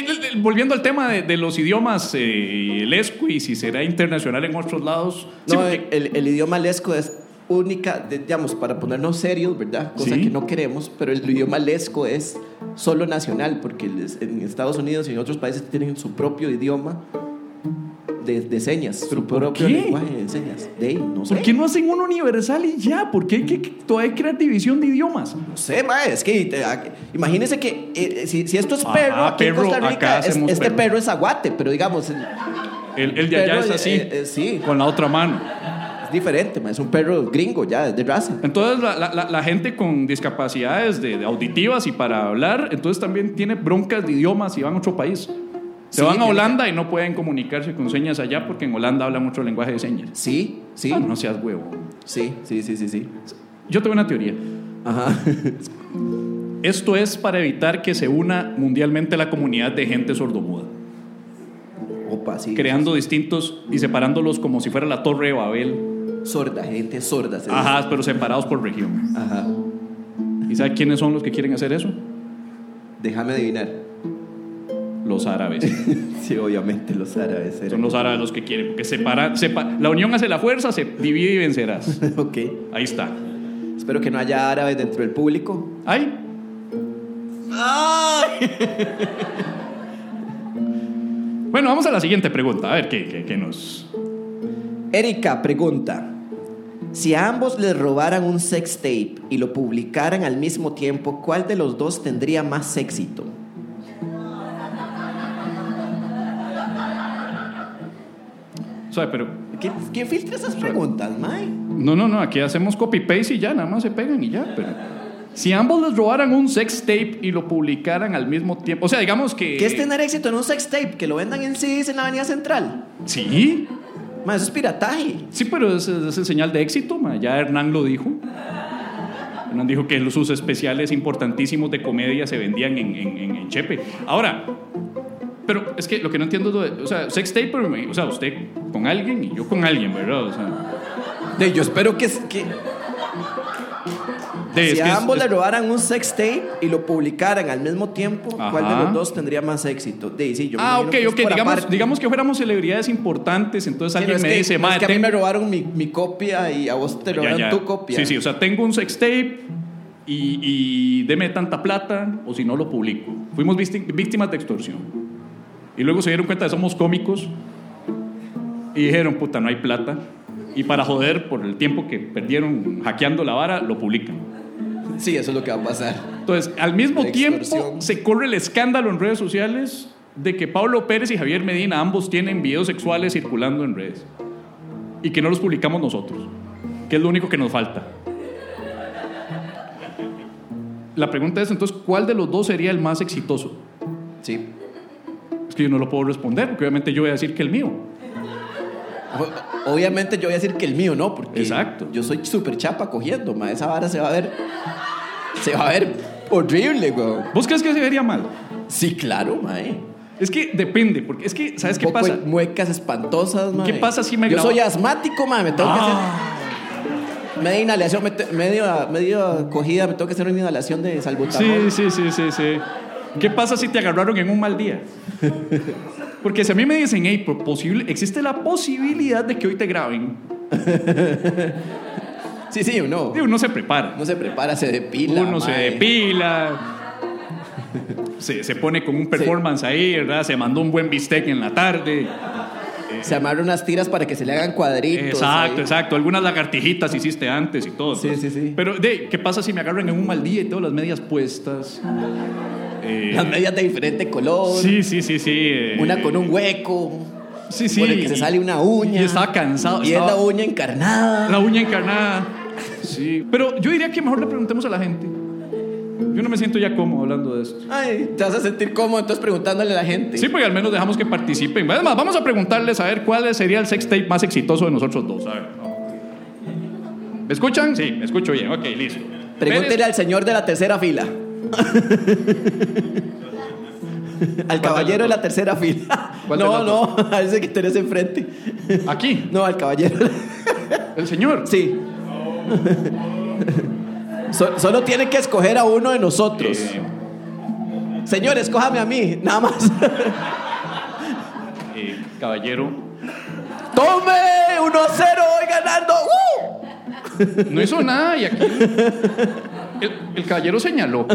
[SPEAKER 1] el- el- volviendo al tema de, de los idiomas, eh, el ESCU y si será internacional en otros lados. Sí,
[SPEAKER 3] No,
[SPEAKER 2] eh,
[SPEAKER 1] porque-
[SPEAKER 3] el, el idioma lesco es única, de- digamos, para ponernos serios, ¿verdad? Cosa
[SPEAKER 1] Sí.
[SPEAKER 3] que no queremos, pero el idioma lesco es solo nacional, porque les- en Estados Unidos y en otros países tienen su propio idioma de, de señas, su propio
[SPEAKER 1] qué?
[SPEAKER 3] lenguaje de señas. De ahí, no sé.
[SPEAKER 1] ¿Por
[SPEAKER 2] ¿eh?
[SPEAKER 1] qué no hacen uno universal y ya? ¿Por qué hay que todavía crear división de idiomas?
[SPEAKER 3] No sé, mae, es que te- a- imagínense que eh, eh, si, si esto es
[SPEAKER 1] Ajá,
[SPEAKER 3] perro, aquí
[SPEAKER 1] perro,
[SPEAKER 3] en Costa
[SPEAKER 1] acá
[SPEAKER 3] Rica, es-
[SPEAKER 1] hacemos
[SPEAKER 3] este
[SPEAKER 1] perro.
[SPEAKER 3] perro. es aguate, pero digamos, el-
[SPEAKER 1] El, el de allá
[SPEAKER 3] Pero,
[SPEAKER 1] es así,
[SPEAKER 3] eh, eh, sí.
[SPEAKER 1] con la otra mano.
[SPEAKER 3] es diferente, mae, es un perro gringo ya, es de raza.
[SPEAKER 1] Entonces, la, la- la- la gente con discapacidades de, de auditivas y para hablar, entonces también tiene broncas de idiomas y van a otro país. Se
[SPEAKER 3] Sí,
[SPEAKER 1] van a
[SPEAKER 3] tiene-
[SPEAKER 1] Holanda y no pueden comunicarse con señas allá porque en Holanda hablan mucho lenguaje de señas.
[SPEAKER 3] Sí, sí,
[SPEAKER 1] Ah, no seas huevo.
[SPEAKER 3] sí, sí, sí, sí, sí.
[SPEAKER 1] Yo tengo una teoría.
[SPEAKER 2] Ajá.
[SPEAKER 1] Esto es para evitar que se una mundialmente la comunidad de gente sordomuda,
[SPEAKER 3] Opa, sí.
[SPEAKER 1] creando distintos y separándolos como si fuera la Torre de Babel.
[SPEAKER 3] Sorda, gente sorda. se dice.
[SPEAKER 1] Ajá, pero separados por región.
[SPEAKER 3] Ajá.
[SPEAKER 1] ¿Y sabes quiénes son los que quieren hacer eso?
[SPEAKER 3] Déjame adivinar.
[SPEAKER 1] Los árabes.
[SPEAKER 3] Sí, obviamente los árabes
[SPEAKER 1] Son
[SPEAKER 3] eran. (laughs)
[SPEAKER 1] los árabes los que quieren, porque separa, sepa- la unión hace la fuerza, se divide y vencerás.
[SPEAKER 3] ok.
[SPEAKER 1] Ahí está.
[SPEAKER 3] Espero que no haya árabes dentro del público.
[SPEAKER 1] Ahí. Bueno, vamos a la siguiente pregunta, a ver qué, qué- qué nos...
[SPEAKER 3] Erika pregunta: Si a ambos les robaran un sex tape y lo publicaran al mismo tiempo, ¿cuál de los dos tendría más éxito?
[SPEAKER 1] O sea, pero...
[SPEAKER 3] ¿Quién, quién filtra esas preguntas, Mae?
[SPEAKER 1] No, no, no, aquí hacemos copy-paste y ya, nada más se pegan y ya, pero... Si ambos les robaran un sex tape y lo publicaran al mismo tiempo, o sea, digamos que...
[SPEAKER 3] ¿Qué es tener éxito en un sex tape? ¿Que lo vendan en CDs en la Avenida Central?
[SPEAKER 1] Sí,
[SPEAKER 3] Mae, eso es pirataje.
[SPEAKER 1] sí, pero es, es el señal de éxito, ma, ya Hernán lo dijo. Hernán dijo que sus especiales importantísimos de comedia se vendían en, en- en- en Chepe. Ahora, pero es que lo que no entiendo es, lo de- o sea, sex tape, pero me- o sea, usted con alguien y yo con alguien, ¿verdad? O sea,
[SPEAKER 3] De, yo espero que...
[SPEAKER 8] Que
[SPEAKER 1] De- es
[SPEAKER 8] si
[SPEAKER 1] que es-
[SPEAKER 8] a ambos
[SPEAKER 1] es-
[SPEAKER 8] le robaran un sex tape y lo publicaran al mismo tiempo, ¿cuál de
[SPEAKER 1] Ajá.
[SPEAKER 8] los dos tendría más éxito? De, sí, yo me
[SPEAKER 1] Ah,
[SPEAKER 8] imagino
[SPEAKER 1] ok,
[SPEAKER 8] que es
[SPEAKER 1] ok.
[SPEAKER 8] por
[SPEAKER 1] Digamos,
[SPEAKER 8] aparte.
[SPEAKER 1] digamos que fuéramos celebridades importantes, entonces
[SPEAKER 8] Sí, no,
[SPEAKER 1] alguien
[SPEAKER 8] es
[SPEAKER 1] me
[SPEAKER 8] que-
[SPEAKER 1] dice,
[SPEAKER 8] no, es
[SPEAKER 1] madre,
[SPEAKER 8] que a mí
[SPEAKER 1] tengo-
[SPEAKER 8] me robaron mi, mi copia y a vos te
[SPEAKER 1] Ya,
[SPEAKER 8] robaron
[SPEAKER 1] ya.
[SPEAKER 8] tu copia.
[SPEAKER 1] Sí, sí, o sea, tengo un sextape y, y deme tanta plata o si no lo publico. Fuimos vísti- víctimas de extorsión. Y luego se dieron cuenta de que somos cómicos y dijeron, puta, no hay plata. Y para joder, por el tiempo que perdieron hackeando la vara, lo publican.
[SPEAKER 3] Sí, eso es lo que va a pasar.
[SPEAKER 1] Entonces, al mismo
[SPEAKER 3] La
[SPEAKER 1] tiempo
[SPEAKER 3] extorsión.
[SPEAKER 1] se corre el escándalo en redes sociales de que Pablo Pérez y Javier Medina ambos tienen videos sexuales circulando en redes y que no los publicamos nosotros, que es lo único que nos falta. La pregunta es entonces, ¿cuál de los dos sería el más exitoso?
[SPEAKER 3] Sí.
[SPEAKER 1] Es que yo no lo puedo responder, porque obviamente yo voy a decir que el mío.
[SPEAKER 3] O- Obviamente yo voy a decir que el mío no, porque
[SPEAKER 1] Exacto.
[SPEAKER 3] yo soy súper chapa cogiendo, ma. Esa vara se va a ver... Se va a ver horrible, güey.
[SPEAKER 1] ¿Vos crees que se vería mal?
[SPEAKER 3] Sí, claro, mae.
[SPEAKER 8] eh.
[SPEAKER 1] Es que depende, porque es que, ¿sabes qué
[SPEAKER 3] Un poco
[SPEAKER 1] pasa?
[SPEAKER 3] de Muecas espantosas, mae.
[SPEAKER 8] eh.
[SPEAKER 1] ¿Qué pasa si me
[SPEAKER 3] Yo
[SPEAKER 1] grabo-
[SPEAKER 3] soy asmático, mae. Me tengo
[SPEAKER 1] Ah,
[SPEAKER 3] que hacer media inhalación, me te- medio, medio cogida. Me tengo que hacer una inhalación de salbutamol.
[SPEAKER 1] sí, sí, sí, sí, sí. ¿Qué pasa si te agarraron en un mal día? Porque si a mí me dicen, hey, por posible, existe la posibilidad de que hoy te graben,
[SPEAKER 3] Sí, sí, uno.
[SPEAKER 1] Digo, uno se prepara.
[SPEAKER 3] Uno se prepara, se depila.
[SPEAKER 1] Uno se
[SPEAKER 3] mae.
[SPEAKER 1] depila. Se, se pone con un performance ahí, ¿verdad? Se mandó un buen bistec en la tarde.
[SPEAKER 3] Se amarra unas tiras para que se le hagan cuadritos.
[SPEAKER 1] exacto,
[SPEAKER 3] ahí.
[SPEAKER 1] exacto. Algunas lagartijitas hiciste antes y todo.
[SPEAKER 3] Sí, sí, sí.
[SPEAKER 1] Pero, de, ¿qué pasa si me agarran en un mal día y tengo las medias puestas? Eh,
[SPEAKER 3] Las medias de diferente color.
[SPEAKER 1] sí, sí, sí, sí. eh,
[SPEAKER 3] Una con un hueco.
[SPEAKER 1] Sí, sí.
[SPEAKER 3] Por el que se
[SPEAKER 1] y-
[SPEAKER 3] sale una uña.
[SPEAKER 1] Y estaba cansado.
[SPEAKER 3] Y es
[SPEAKER 1] estaba-
[SPEAKER 3] la uña encarnada.
[SPEAKER 1] La uña encarnada. Sí. Pero yo diría que mejor le preguntemos a la gente. Yo no me siento ya cómodo hablando de esto.
[SPEAKER 3] Ay, te vas a sentir cómodo entonces preguntándole a la gente.
[SPEAKER 1] Sí, porque al menos dejamos que participen. Además, vamos a preguntarles a ver cuál sería el sex tape más exitoso de nosotros dos. A ver. ¿Me escuchan? Sí, me escucho bien. Ok, listo.
[SPEAKER 3] Pregúntele
[SPEAKER 1] Pérez-
[SPEAKER 3] al señor de la tercera
[SPEAKER 1] (laughs)
[SPEAKER 3] fila. al caballero de la tercera fila.
[SPEAKER 1] ¿Cuál de
[SPEAKER 3] No,
[SPEAKER 1] los
[SPEAKER 3] no, a ese que tenés enfrente.
[SPEAKER 1] Aquí,
[SPEAKER 3] No, al caballero. (laughs)
[SPEAKER 1] el señor.
[SPEAKER 3] Sí. (laughs) So- solo tiene que escoger a uno de nosotros.
[SPEAKER 1] Eh,
[SPEAKER 3] Señor, escójame a mí, nada más. (laughs)
[SPEAKER 1] eh, caballero.
[SPEAKER 3] ¡Tome! 1-0, voy ganando. ¡Uh!
[SPEAKER 1] No hizo nada y aquí. El, el caballero señaló.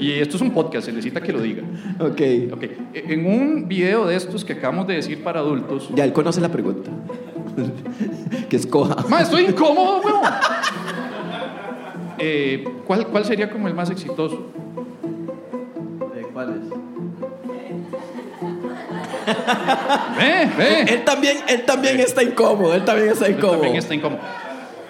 [SPEAKER 1] Y esto es un podcast, se necesita que lo diga.
[SPEAKER 3] Ok.
[SPEAKER 1] Ok, e- en un video de estos que acabamos de decir para adultos.
[SPEAKER 3] Ya él conoce la pregunta. (laughs) que escoja.
[SPEAKER 1] Ma, estoy incómodo, weón. Eh, ¿cuál, ¿Cuál sería como el más exitoso?
[SPEAKER 3] ¿Cuál es?
[SPEAKER 1] Ve, ve.
[SPEAKER 3] Él también, él también está incómodo, él también está incómodo.
[SPEAKER 1] También está incómodo.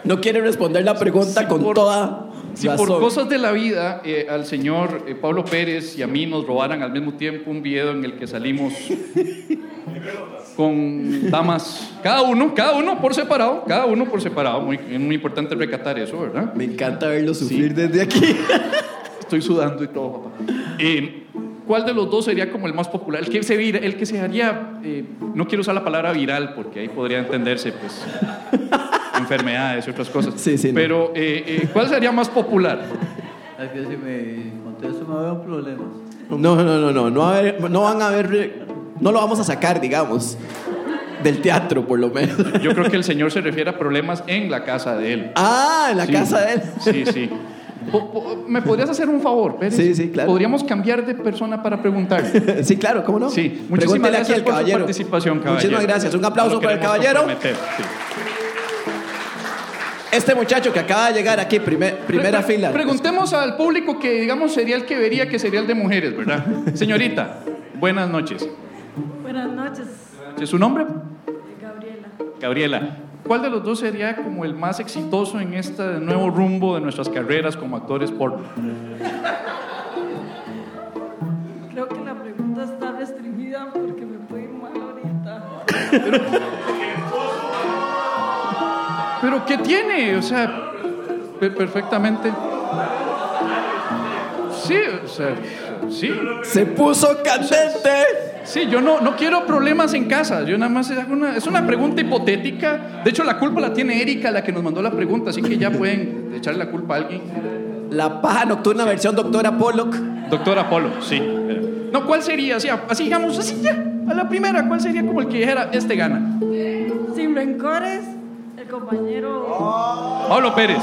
[SPEAKER 3] No quiere responder la pregunta con
[SPEAKER 1] por-
[SPEAKER 3] toda
[SPEAKER 1] Si
[SPEAKER 3] razón.
[SPEAKER 1] por cosas de la vida eh, al señor eh, Pablo Pérez y a mí nos robaran al mismo tiempo un video en el que salimos con damas, cada uno, cada uno por separado, cada uno por separado, muy, es muy importante recatar eso, ¿verdad?
[SPEAKER 3] Me encanta verlo sufrir desde aquí.
[SPEAKER 1] Estoy sudando y todo, papá. Eh, ¿Cuál de los dos sería como el más popular? El que se, vira- el que se haría, eh, no quiero usar la palabra viral porque ahí podría entenderse, pues, (laughs) enfermedades y otras cosas.
[SPEAKER 3] Sí, sí, no.
[SPEAKER 1] Pero, eh, eh, ¿cuál sería más popular?
[SPEAKER 9] Es que si me contesto me veo problemas.
[SPEAKER 3] No, no, no, no, no, va a haber- no van a ver, no lo vamos a sacar, digamos, del teatro por lo menos. (laughs)
[SPEAKER 1] Yo creo que el señor se refiere a problemas en la casa de él.
[SPEAKER 3] Ah, en la
[SPEAKER 1] Sí.
[SPEAKER 3] casa de él. (laughs)
[SPEAKER 1] Sí, sí. Po- po- ¿Me podrías hacer un favor, Pérez?
[SPEAKER 3] Sí, sí, claro.
[SPEAKER 1] Podríamos cambiar de persona para
[SPEAKER 3] (laughs)
[SPEAKER 1] preguntar.
[SPEAKER 3] Sí, claro, ¿cómo no?
[SPEAKER 1] Sí, muchísimas
[SPEAKER 3] Pregúntele aquí
[SPEAKER 1] gracias
[SPEAKER 3] al
[SPEAKER 1] por su
[SPEAKER 3] caballero.
[SPEAKER 1] participación, caballero.
[SPEAKER 3] Muchísimas gracias. Un aplauso
[SPEAKER 1] No lo
[SPEAKER 3] para el
[SPEAKER 1] queremos
[SPEAKER 3] caballero.
[SPEAKER 1] comprometer, sí.
[SPEAKER 3] Este muchacho que acaba de llegar aquí, primer- primera
[SPEAKER 1] Pre-
[SPEAKER 3] fila.
[SPEAKER 1] Preguntemos al público que, digamos, sería el que vería que sería el de mujeres, ¿verdad?
[SPEAKER 3] (laughs)
[SPEAKER 1] Señorita, buenas noches.
[SPEAKER 5] Buenas noches,
[SPEAKER 1] ¿Es ¿Su nombre?
[SPEAKER 5] Gabriela.
[SPEAKER 1] Gabriela. ¿Cuál de los dos sería como el más exitoso en este nuevo rumbo de nuestras carreras como actores porno?
[SPEAKER 5] Creo que la pregunta está restringida porque me puede ir mal ahorita.
[SPEAKER 1] ¿Pero qué tiene? O sea, pe- perfectamente. Sí, o sea, sí.
[SPEAKER 3] Se puso candente.
[SPEAKER 1] Sí, yo no, no quiero problemas en casa. Yo nada más hago una. Es una pregunta hipotética. De hecho, la culpa la tiene Erika, la que nos mandó la pregunta. Así que ya pueden echarle la culpa a alguien.
[SPEAKER 3] La paja nocturna versión doctora Pollock.
[SPEAKER 1] Doctor Apolo, sí. No, ¿cuál sería? Así, así digamos, así ya. A la primera, ¿cuál sería como el que dijera, este gana?
[SPEAKER 10] Sin rencores, el compañero.
[SPEAKER 1] Pablo Pérez.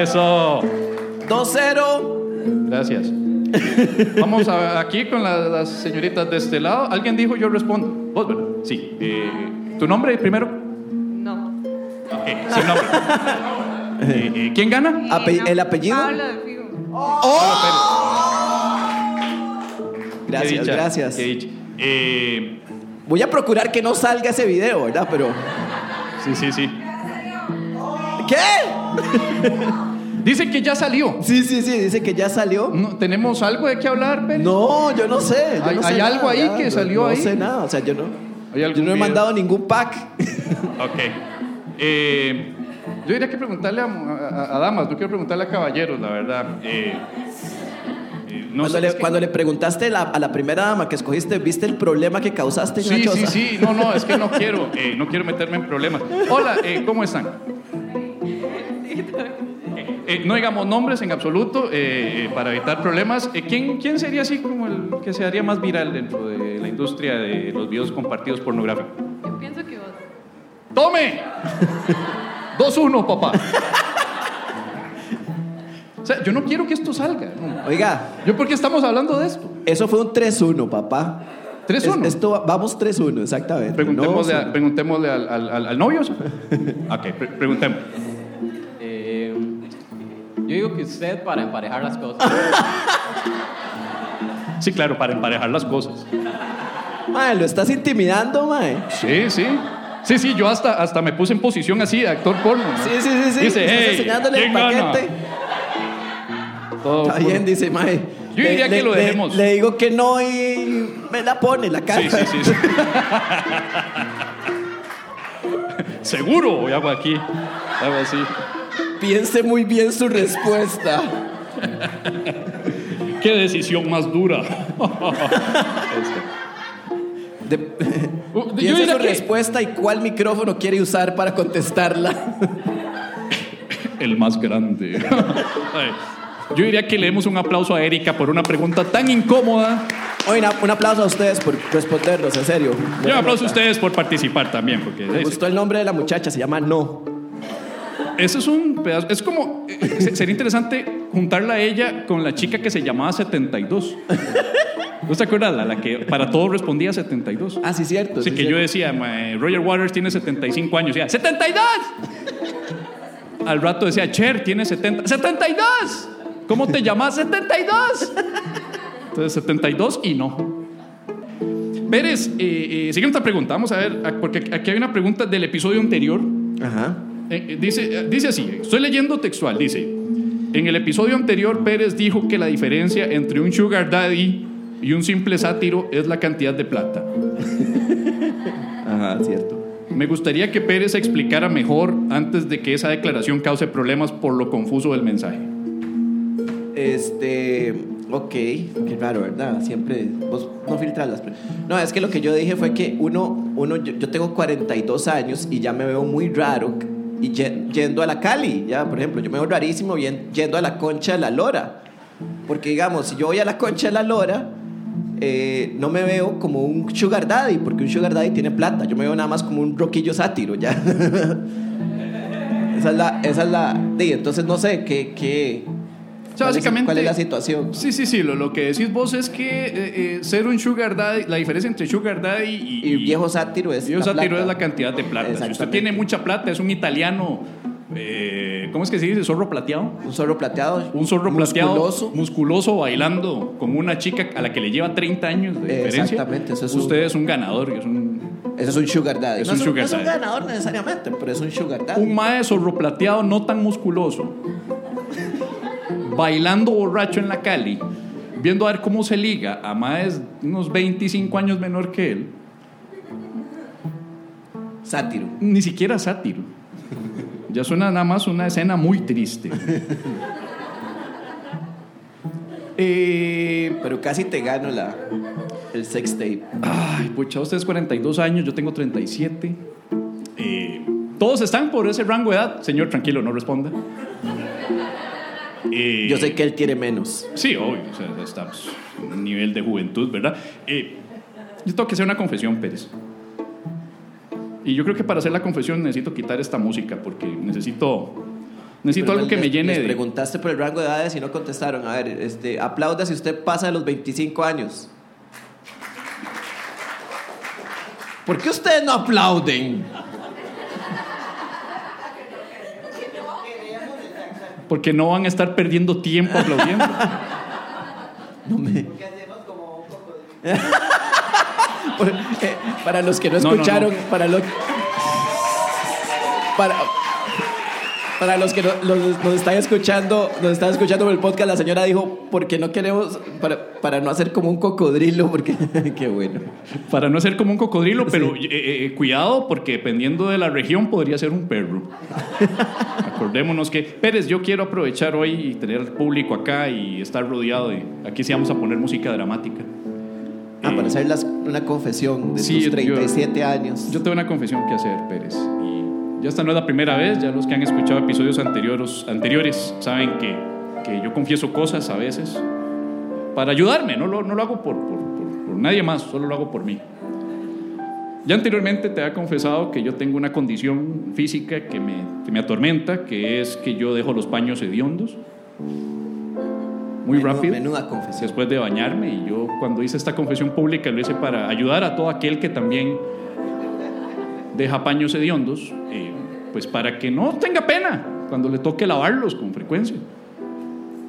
[SPEAKER 1] Eso.
[SPEAKER 3] 2-0.
[SPEAKER 1] Gracias. Vamos a- aquí con la- las señoritas de este lado. Alguien dijo, yo respondo. ¿Vos, verdad? Sí. Eh, ¿Tu nombre primero?
[SPEAKER 11] No.
[SPEAKER 1] Ok, sin
[SPEAKER 3] (laughs)
[SPEAKER 1] nombre. Eh, eh, ¿Quién gana?
[SPEAKER 3] Ape-
[SPEAKER 11] no.
[SPEAKER 3] ¿El apellido?
[SPEAKER 11] Pablo de Figo.
[SPEAKER 1] Qué
[SPEAKER 3] Gracias,
[SPEAKER 1] dicha,
[SPEAKER 3] gracias.
[SPEAKER 1] qué dicha. Eh,
[SPEAKER 3] Voy a procurar que no salga ese video, ¿verdad? Pero.
[SPEAKER 1] sí, sí, sí.
[SPEAKER 3] ¿Qué?
[SPEAKER 1] Dice que ya salió.
[SPEAKER 3] Sí, sí, sí, dice que ya salió.
[SPEAKER 1] No, ¿Tenemos algo de qué hablar, Pérez?
[SPEAKER 3] No, yo no sé. yo
[SPEAKER 1] Hay-
[SPEAKER 3] no sé
[SPEAKER 1] hay
[SPEAKER 3] nada,
[SPEAKER 1] algo ahí
[SPEAKER 3] ya,
[SPEAKER 1] que
[SPEAKER 3] no-
[SPEAKER 1] salió ahí.
[SPEAKER 3] No sé nada, o sea, yo no.
[SPEAKER 1] ¿Hay
[SPEAKER 3] Yo
[SPEAKER 1] algún
[SPEAKER 3] no he
[SPEAKER 1] video?
[SPEAKER 3] mandado ningún pack.
[SPEAKER 1] Ok. Eh, yo diría que preguntarle a, a- a damas, no quiero preguntarle a caballeros, la verdad. Eh, eh, no
[SPEAKER 3] cuando,
[SPEAKER 1] sé,
[SPEAKER 3] le,
[SPEAKER 1] es que-
[SPEAKER 3] cuando le preguntaste la- a la primera dama que escogiste, ¿viste el problema que causaste?
[SPEAKER 1] Sí, sí,
[SPEAKER 3] Nachosa?
[SPEAKER 1] sí, no, no, es que no quiero, eh, no quiero meterme en problemas. Hola, eh, ¿cómo están? Eh, eh, no digamos nombres en absoluto eh, eh, para evitar problemas. Eh, ¿quién, ¿Quién sería así como el que se haría más viral dentro de la industria de los videos compartidos pornográficos?
[SPEAKER 11] Yo pienso que vos.
[SPEAKER 1] ¡Tome! (laughs) 2-1, papá. O sea, yo no quiero que esto salga. no.
[SPEAKER 3] Oiga,
[SPEAKER 1] ¿Yo por qué estamos hablando de esto?
[SPEAKER 3] eso fue un 3-1, papá.
[SPEAKER 1] 3-1.
[SPEAKER 3] Es- esto va- vamos 3-1, exactamente.
[SPEAKER 1] Preguntémosle,
[SPEAKER 3] No,
[SPEAKER 1] a- preguntémosle al, al- al- al novio. ¿sí? Ok, pre- preguntemos.
[SPEAKER 12] Eh, yo digo que usted para emparejar las cosas.
[SPEAKER 1] Sí, claro, para emparejar las cosas.
[SPEAKER 3] Mae, lo estás intimidando, mae.
[SPEAKER 1] Sí, sí. Sí, sí, yo hasta, hasta me puse en posición así de actor porno. ¿no?
[SPEAKER 3] Sí, sí, sí, sí.
[SPEAKER 1] Dice,
[SPEAKER 3] estás
[SPEAKER 1] "Hey,
[SPEAKER 3] enseñándole el
[SPEAKER 1] ¿quién gana?"
[SPEAKER 3] paquete.
[SPEAKER 1] Todo
[SPEAKER 3] Está
[SPEAKER 1] puro.
[SPEAKER 3] bien, dice Mae.
[SPEAKER 1] Yo
[SPEAKER 3] Le-
[SPEAKER 1] diría que
[SPEAKER 3] le-
[SPEAKER 1] lo
[SPEAKER 3] le-
[SPEAKER 1] dejemos.
[SPEAKER 3] Le, digo que no y me la pone la cara.
[SPEAKER 1] Sí, sí, sí. sí. Seguro, y hago aquí. Hago así.
[SPEAKER 3] (laughs) Piense muy bien su respuesta.
[SPEAKER 1] Qué decisión más dura.
[SPEAKER 3] De-
[SPEAKER 1] Uh, yo
[SPEAKER 3] piense
[SPEAKER 1] diría
[SPEAKER 3] su
[SPEAKER 1] que-
[SPEAKER 3] respuesta y cuál micrófono quiere usar para (laughs) contestarla.
[SPEAKER 1] El más grande. (laughs) Ay, Yo diría que le demos un aplauso a Erika por una pregunta tan incómoda.
[SPEAKER 3] Oiga, un aplauso a ustedes por respondernos, en serio.
[SPEAKER 1] Y un aplauso a ustedes por participar también, porque
[SPEAKER 3] Me
[SPEAKER 1] es,
[SPEAKER 3] gustó el nombre de la muchacha, se llama No.
[SPEAKER 1] eso es un pedazo. Es como. eh, se- sería interesante juntarla a ella con la chica que se llamaba 72. ¿No te acuerdas? La, la que para todo respondía 72.
[SPEAKER 3] Ah, sí, cierto.
[SPEAKER 1] Así
[SPEAKER 3] sí,
[SPEAKER 1] que yo
[SPEAKER 3] cierto.
[SPEAKER 1] decía, "Ma, eh, Roger Waters tiene 75 años. Y ella, ¡72! Al rato decía, Cher tiene 70. ¡72! ¿Cómo te llamas? ¡72! Entonces, 72 y no. Pérez, eh, eh, sigue esta pregunta. Vamos a ver, a- porque aquí hay una pregunta del episodio anterior.
[SPEAKER 3] Ajá.
[SPEAKER 1] Eh, eh, dice, eh, dice así, estoy leyendo textual, dice, en el episodio anterior Pérez dijo que la diferencia entre un sugar daddy y un simple sátiro es la cantidad de plata.
[SPEAKER 2] Ajá, cierto.
[SPEAKER 1] Me gustaría que Pérez explicara mejor antes de que esa declaración cause problemas por lo confuso del mensaje.
[SPEAKER 3] Este, ok, qué raro, ¿verdad? Siempre vos no filtras las. pre- No, es que lo que yo dije fue que uno, uno yo, yo tengo 42 años y ya me veo muy raro y ye- yendo a la Cali, ya, por ejemplo, yo me veo rarísimo bien- yendo a la Concha de la Lora. Porque digamos, si yo voy a la Concha de la Lora, eh, no me veo como un sugar daddy, porque un sugar daddy tiene plata. Yo me veo nada más como un roquillo sátiro, ya. (laughs) esa es la, esa es la, sí, entonces no sé qué, qué.
[SPEAKER 1] O sea,
[SPEAKER 3] ¿Cuál es-
[SPEAKER 1] básicamente-
[SPEAKER 3] ¿Cuál es la situación?
[SPEAKER 1] Sí, sí, sí, lo, lo que decís vos es que eh, eh, ser un sugar daddy, la diferencia entre sugar daddy y,
[SPEAKER 3] Y viejo sátiro es.
[SPEAKER 1] Yo sátiro
[SPEAKER 3] plata.
[SPEAKER 1] es la cantidad de plata. Si usted
[SPEAKER 3] Exactamente.
[SPEAKER 1] tiene mucha plata, es un italiano, eh, ¿cómo es que se dice? Zorro plateado.
[SPEAKER 3] Un zorro plateado.
[SPEAKER 1] Un zorro plateado
[SPEAKER 3] musculoso.
[SPEAKER 1] musculoso bailando con una chica a la que le lleva 30 años de
[SPEAKER 3] Eh,
[SPEAKER 1] diferencia.
[SPEAKER 3] exactamente, eso es un-
[SPEAKER 1] Usted es un ganador, es un,
[SPEAKER 3] Ese es un sugar daddy.
[SPEAKER 1] Es
[SPEAKER 3] no
[SPEAKER 1] un
[SPEAKER 3] es
[SPEAKER 1] sugar
[SPEAKER 3] no es un
[SPEAKER 1] daddy.
[SPEAKER 3] ganador necesariamente, pero es un sugar daddy.
[SPEAKER 1] un mae zorro plateado no tan musculoso, bailando borracho en la Cali, viendo a ver cómo se liga a maes unos 25 años menor que él,
[SPEAKER 3] Sátiro.
[SPEAKER 1] ni siquiera sátiro. Ya suena nada más una escena muy triste. Eh,
[SPEAKER 3] Pero casi te gano la, el El sex tape.
[SPEAKER 1] Ay, pucha, usted es 42 años, yo tengo 37. Eh, Todos están por ese rango de edad. Señor, tranquilo, no responda.
[SPEAKER 3] Yo sé que él tiene menos.
[SPEAKER 1] Sí, obvio, o sea, estamos en un nivel de juventud, ¿verdad? Eh, yo tengo que hacer una confesión, Pérez. Y yo creo que para hacer la confesión necesito quitar esta música porque necesito, necesito
[SPEAKER 3] Pero
[SPEAKER 1] algo que
[SPEAKER 3] les-
[SPEAKER 1] me llene
[SPEAKER 3] les
[SPEAKER 1] de...
[SPEAKER 3] preguntaste por el rango de edades y no contestaron. A ver, este, aplauda si usted pasa de los 25 años. ¿Por qué ustedes no aplauden?
[SPEAKER 1] Porque no van a estar perdiendo tiempo
[SPEAKER 3] (laughs)
[SPEAKER 1] aplaudiendo.
[SPEAKER 2] Por- eh, para los que no
[SPEAKER 1] No, no, no.
[SPEAKER 2] escucharon, para los para para los que no- los- nos están escuchando, nos están escuchando por el podcast, la señora dijo, porque no queremos, para, para no hacer como un
[SPEAKER 3] (laughs)
[SPEAKER 2] cocodrilo, porque qué bueno.
[SPEAKER 1] Para no ser como un cocodrilo, pero eh, eh, cuidado porque dependiendo de la región podría ser un
[SPEAKER 3] (laughs)
[SPEAKER 1] perro. Acordémonos que, Pérez, yo quiero aprovechar hoy y tener al público acá y estar rodeado de... Aquí sí vamos a poner música dramática.
[SPEAKER 3] Ah, para hacer las- una confesión de
[SPEAKER 1] Sí,
[SPEAKER 3] sus
[SPEAKER 1] yo-
[SPEAKER 3] 37 años.
[SPEAKER 1] Yo tengo una confesión que hacer, Pérez. Y ya esta no es la primera vez, ya los que han escuchado episodios anteriores, anteriores saben que, que yo confieso cosas a veces para ayudarme, no lo, no lo hago por, por- por- por nadie más, solo lo hago por mí. Ya anteriormente te había confesado que yo tengo una condición física que me, que me atormenta, que es que yo dejo los paños hediondos muy
[SPEAKER 3] Menuda-
[SPEAKER 1] rápido.
[SPEAKER 3] Menuda confesión.
[SPEAKER 1] Después pues, de bañarme, y yo cuando hice esta confesión pública lo hice para ayudar a todo aquel que también deja paños hediondos, eh, pues para que no tenga pena cuando le toque lavarlos con frecuencia.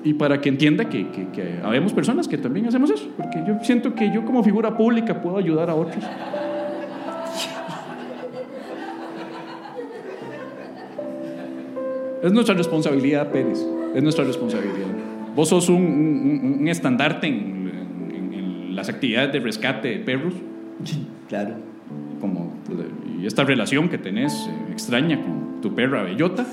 [SPEAKER 1] Y para que entienda que, que, que habemos personas que también hacemos eso, porque yo siento que yo como figura pública puedo ayudar a otros. Es nuestra responsabilidad, Pérez. Es nuestra responsabilidad. Vos sos un, un- un- un estandarte en, en- en las actividades de rescate de perros.
[SPEAKER 3] Claro.
[SPEAKER 1] Como y esta relación que tenés eh, extraña con tu perra bellota.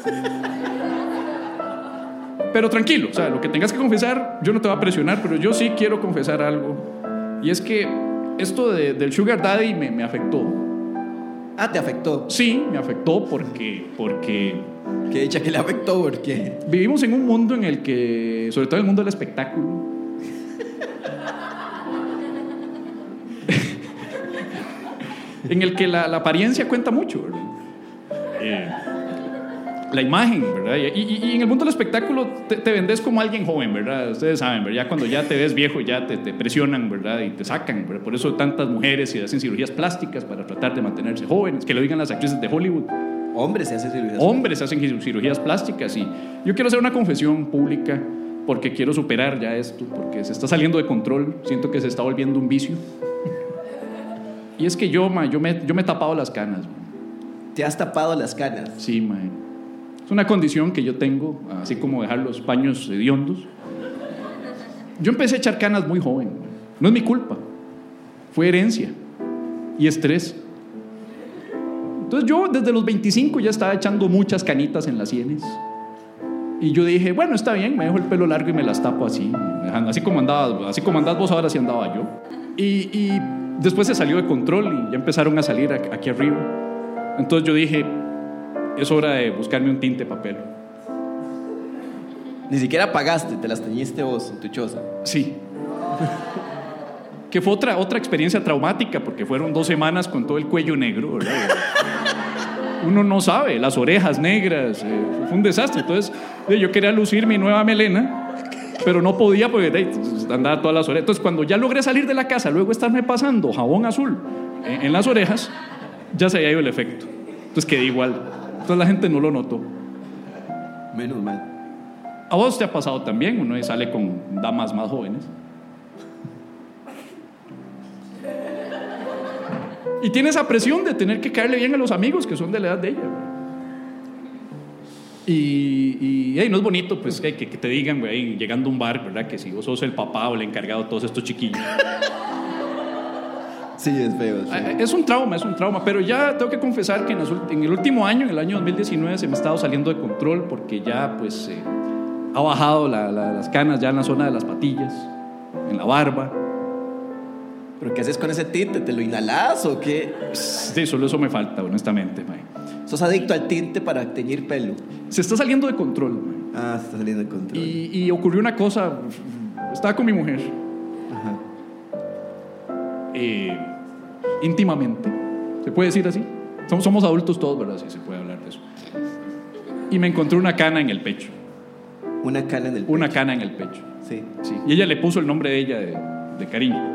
[SPEAKER 1] Pero tranquilo, o sea, lo que tengas que confesar, yo no te voy a presionar, pero yo sí quiero confesar algo. Y es que esto de- del Sugar Daddy me- me afectó.
[SPEAKER 3] Ah, te afectó.
[SPEAKER 1] Sí, me afectó porque, porque
[SPEAKER 3] Qué dicha que le afectó, porque.
[SPEAKER 1] vivimos en un mundo en el que, sobre todo el mundo del espectáculo, (laughs) en el que la, la apariencia cuenta mucho, ¿verdad? Eh, la imagen, ¿verdad? Y, y- y en el mundo del espectáculo te, te vendes como alguien joven, ¿verdad? Ustedes saben, ¿verdad? Ya cuando ya te ves viejo, ya te, te presionan, ¿verdad? Y te sacan, ¿verdad? Por eso tantas mujeres se hacen cirugías plásticas para tratar de mantenerse jóvenes, que lo digan las actrices de Hollywood.
[SPEAKER 3] Hombres se hace cirugía.
[SPEAKER 1] Hombres hacen cir- cirugías plásticas y yo quiero hacer una confesión pública porque quiero superar ya esto, porque se está saliendo de control, siento que se está volviendo un vicio. Y es que yo, ma, yo me, yo me he tapado las canas, ma.
[SPEAKER 3] Te has tapado las canas.
[SPEAKER 1] sí, ma. Es una condición que yo tengo, así como dejar los paños hediondos. Yo empecé a echar canas muy joven, ma. no es mi culpa, fue herencia y estrés. Entonces yo desde los 25 ya estaba echando muchas canitas en las sienes. Y yo dije, bueno, está bien, me dejo el pelo largo y me las tapo así, dejando- así como andaba, así como andás vos ahora así andaba yo. Y, y después se salió de control y ya empezaron a salir ac- aquí arriba. Entonces yo dije, es hora de buscarme un tinte de papel.
[SPEAKER 3] Ni siquiera pagaste, te las teñiste vos en tu choza.
[SPEAKER 1] Sí. (laughs) Que fue otra, otra experiencia traumática, porque fueron dos semanas con todo el cuello negro, ¿verdad? (laughs) Uno no sabe, las orejas negras, eh, fue un desastre. Entonces, eh, yo quería lucir mi nueva melena, pero no podía porque eh, andaba todas las orejas. Entonces, cuando ya logré salir de la casa, luego estarme pasando jabón azul en, en las orejas, ya se había ido el efecto. Entonces, quedé igual. Entonces, la gente no lo notó.
[SPEAKER 3] Menos mal.
[SPEAKER 1] A vos te ha pasado también, uno sale con damas más jóvenes. Y tiene esa presión de tener que caerle bien a los amigos que son de la edad de ella. güey. Y, y hey, no es bonito pues que, que- que te digan, güey, ahí llegando a un bar, ¿verdad? Que si vos sos el papá o el encargado de todos estos chiquillos.
[SPEAKER 3] Sí, es feo. es feo.
[SPEAKER 1] Ah, Es un trauma, es un trauma, pero ya tengo que confesar que en, las ult- en el último año, en el año 2019, se me ha estado saliendo de control porque ya pues eh, ha bajado la- la- las canas ya en la zona de las patillas, en la barba.
[SPEAKER 3] ¿Pero qué haces con ese tinte? ¿Te lo inhalas o qué?
[SPEAKER 1] Sí, solo eso me falta, honestamente, mae.
[SPEAKER 3] Sos adicto al tinte para teñir pelo.
[SPEAKER 1] Se está saliendo de control, mae.
[SPEAKER 3] Ah, está saliendo de control.
[SPEAKER 1] Y, y ocurrió una cosa. Estaba con mi mujer. Eh, íntimamente. ¿Se puede decir así? Somos, somos adultos todos, ¿verdad? Sí, se puede hablar de eso. Y me encontré una cana en el pecho.
[SPEAKER 3] Una cana en el
[SPEAKER 1] Una cana en el pecho.
[SPEAKER 3] Sí.
[SPEAKER 1] Sí. Y ella le puso el nombre de ella de, de cariño.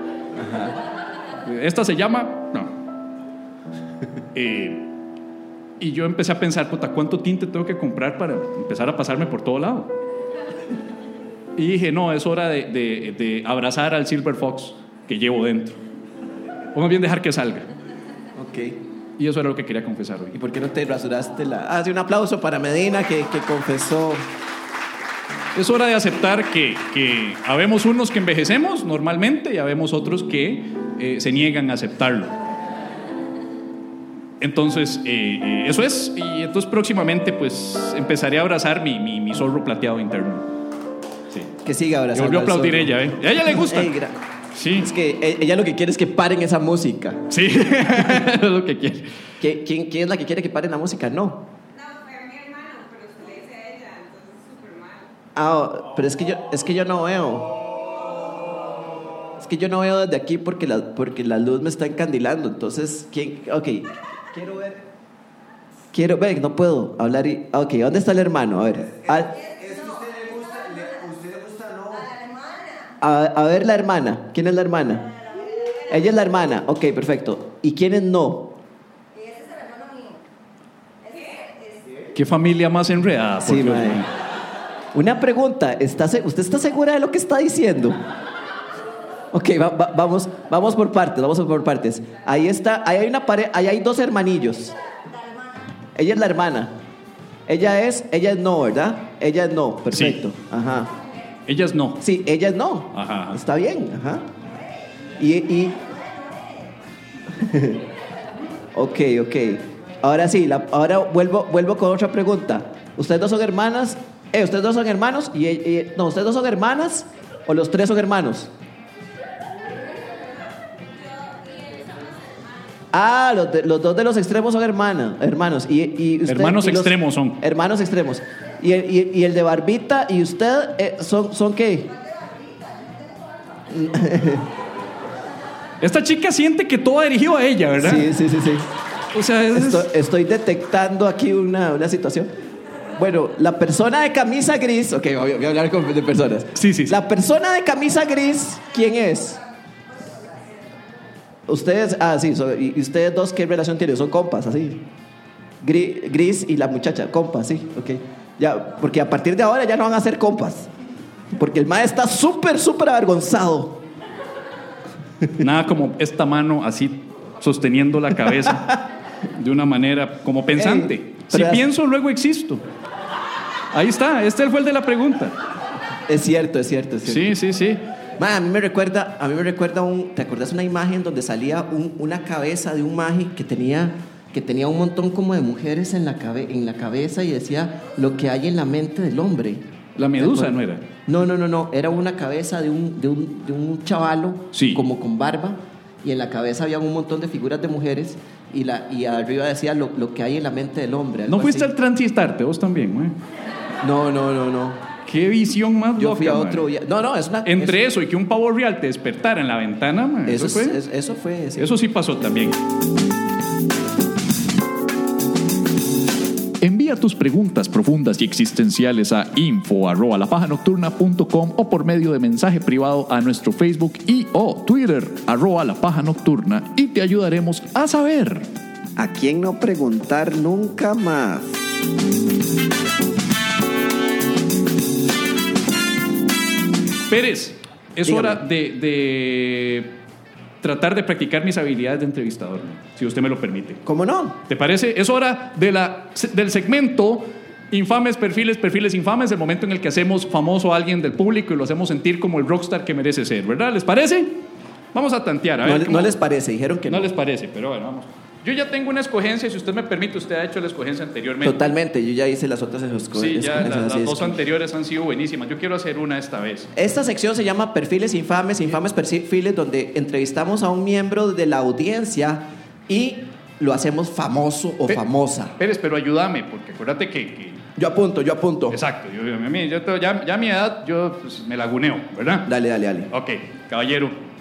[SPEAKER 1] Esta se llama. No. Eh, y yo empecé a pensar, puta, ¿cuánto tinte tengo que comprar para empezar a pasarme por todo lado? Y dije, no, es hora de, de- de abrazar al Silver Fox que llevo dentro. O más bien dejar que salga.
[SPEAKER 3] Ok.
[SPEAKER 1] Y eso era lo que quería confesar hoy.
[SPEAKER 3] ¿Y por qué no te rasuraste la.? Ah, sí, un aplauso para Medina que, que confesó.
[SPEAKER 1] Es hora de aceptar que, que habemos unos que envejecemos normalmente y habemos otros que eh, se niegan a aceptarlo. Entonces, eh, eh, eso es. Y entonces próximamente pues empezaré a abrazar mi, mi, mi zorro plateado interno.
[SPEAKER 3] Que siga ahora.
[SPEAKER 1] Y volvió a aplaudir ella, ¿eh? A ella le gusta. Sí.
[SPEAKER 3] Es que eh, ella lo que quiere es que paren esa música.
[SPEAKER 1] Sí, (laughs) es lo que quiere.
[SPEAKER 3] ¿Qui- ¿Quién, ¿Quién es la que quiere que paren la música? No. Ah, oh, pero es que yo, es que yo no veo. Es que yo no veo desde aquí porque la, porque la luz me está encandilando. Entonces, ¿quién? Ok. Quiero ver. Quiero ver, no puedo hablar y. ah, Ok, ¿dónde está el hermano? A ver. A, a- a ver la hermana. ¿Quién es la hermana? Ella es la hermana. Ok, perfecto. ¿Y quiénes no?
[SPEAKER 1] Qué familia más enredada. por
[SPEAKER 3] Sí,
[SPEAKER 1] Dios,
[SPEAKER 3] mae.
[SPEAKER 1] mae.
[SPEAKER 3] Una pregunta. ¿Está, se- ¿Usted está segura de lo que está diciendo? Ok, va- va- vamos, vamos por partes, vamos por partes. Ahí está, ahí hay una pared, ahí hay dos hermanillos. Ella es la hermana. Ella es, ella es no, ¿verdad? Ella es no, perfecto. Ajá.
[SPEAKER 1] Ellas no.
[SPEAKER 3] Sí, ella es no.
[SPEAKER 1] Ajá. ajá.
[SPEAKER 3] Está bien, ajá. Y. y... ok, ok. Ahora sí, la- ahora vuelvo, vuelvo con otra pregunta. ¿Ustedes dos son hermanas? Eh, ¿Ustedes dos son hermanos? Y, y- no, ¿ustedes dos son hermanas? ¿O los tres son hermanos? Ah, los, de- los dos de los extremos son hermanas, hermanos. Y, y usted-
[SPEAKER 1] Hermanos
[SPEAKER 3] y los-
[SPEAKER 1] extremos son.
[SPEAKER 3] Hermanos extremos. Y el, y- y el de Barbita y usted eh, son, son qué?
[SPEAKER 1] Esta chica siente que todo va dirigido a ella, ¿verdad?
[SPEAKER 3] Sí, sí, sí, sí.
[SPEAKER 1] O sea, es-
[SPEAKER 3] Estoy, estoy detectando aquí una, una situación. Bueno, la persona de camisa gris. Ok, voy, a- voy a hablar con, de personas.
[SPEAKER 1] Sí, sí, sí.
[SPEAKER 3] La persona de camisa gris, ¿quién es? Ustedes, ah, sí, so- y, y ustedes dos, ¿qué relación tienen? Son compas, así. Gri- Gris, y la muchacha, compas, sí, ok. Ya, porque a partir de ahora ya no van a ser compas. Porque el maestro está súper, súper avergonzado.
[SPEAKER 1] Nada como esta mano así sosteniendo la cabeza de una manera como pensante.
[SPEAKER 3] Ey,
[SPEAKER 1] si
[SPEAKER 3] pero-
[SPEAKER 1] pienso, luego existo. Ahí está, este fue el de la pregunta.
[SPEAKER 3] Es cierto, es cierto, es cierto.
[SPEAKER 1] Sí, sí, sí.
[SPEAKER 3] Ma, a mí me recuerda, a mí me recuerda un, ¿te acordás una imagen donde salía un- una cabeza de un mago que tenía que tenía un montón como de mujeres en la cabe- en la cabeza y decía lo que hay en la mente del hombre?
[SPEAKER 1] La medusa no era.
[SPEAKER 3] No, no, no, no, era una cabeza de un de un, de un chavalo
[SPEAKER 1] Sí.
[SPEAKER 3] como con barba y en la cabeza había un montón de figuras de mujeres y la y arriba decía lo, lo que hay en la mente del hombre. algo
[SPEAKER 1] No fuiste
[SPEAKER 3] así.
[SPEAKER 1] al transitarte, vos también, güey.
[SPEAKER 3] No, no, no, no.
[SPEAKER 1] Qué visión más
[SPEAKER 3] Yo
[SPEAKER 1] loca,
[SPEAKER 3] fui a
[SPEAKER 1] mae.
[SPEAKER 3] otro via- No, no, es una
[SPEAKER 1] Entre eso y que un pavo real te despertara en la ventana, mae,
[SPEAKER 3] eso,
[SPEAKER 1] eso, fue.
[SPEAKER 3] es- eso fue sí.
[SPEAKER 1] Eso sí pasó también.
[SPEAKER 5] Envía tus preguntas profundas y existenciales a info@lapajanocturna.com o por medio de mensaje privado a nuestro Facebook y o Twitter arroba la paja nocturna y te ayudaremos a saber.
[SPEAKER 3] ¿A quién no preguntar nunca más?
[SPEAKER 1] Pérez, es
[SPEAKER 3] Dígame.
[SPEAKER 1] hora de, de tratar de practicar mis habilidades de entrevistador, mae, si usted me lo permite.
[SPEAKER 3] ¿Cómo no?
[SPEAKER 1] ¿Te parece? Es hora de la, del segmento Infames Perfiles, Perfiles Infames, el momento en el que hacemos famoso a alguien del público y lo hacemos sentir como el rockstar que merece ser, ¿verdad? ¿Les parece? Vamos a tantear, a
[SPEAKER 3] No,
[SPEAKER 1] ver.
[SPEAKER 3] le-
[SPEAKER 1] cómo-
[SPEAKER 3] no les parece, dijeron que
[SPEAKER 1] no
[SPEAKER 3] no.
[SPEAKER 1] les parece, pero bueno, vamos. Yo ya tengo una escogencia, si usted me permite, usted ha hecho la escogencia anteriormente.
[SPEAKER 3] Totalmente, yo ya hice las otras esco-
[SPEAKER 1] Sí, ya
[SPEAKER 3] escogencias,
[SPEAKER 1] las, las
[SPEAKER 3] así es
[SPEAKER 1] dos
[SPEAKER 3] que-
[SPEAKER 1] anteriores han sido buenísimas. Yo quiero hacer una esta vez.
[SPEAKER 3] Esta sección se llama Perfiles Infames, Infames Perfiles, donde entrevistamos a un miembro de la audiencia y lo hacemos famoso o
[SPEAKER 1] Pe-
[SPEAKER 3] famosa.
[SPEAKER 1] Pérez, pero ayúdame, porque acuérdate que. que-
[SPEAKER 3] Yo apunto, yo apunto.
[SPEAKER 1] exacto, yo, yo- a mí- yo te- ya, ya a mi edad yo pues, me laguneo, ¿verdad?
[SPEAKER 3] Dale, dale, dale.
[SPEAKER 1] Ok, caballero.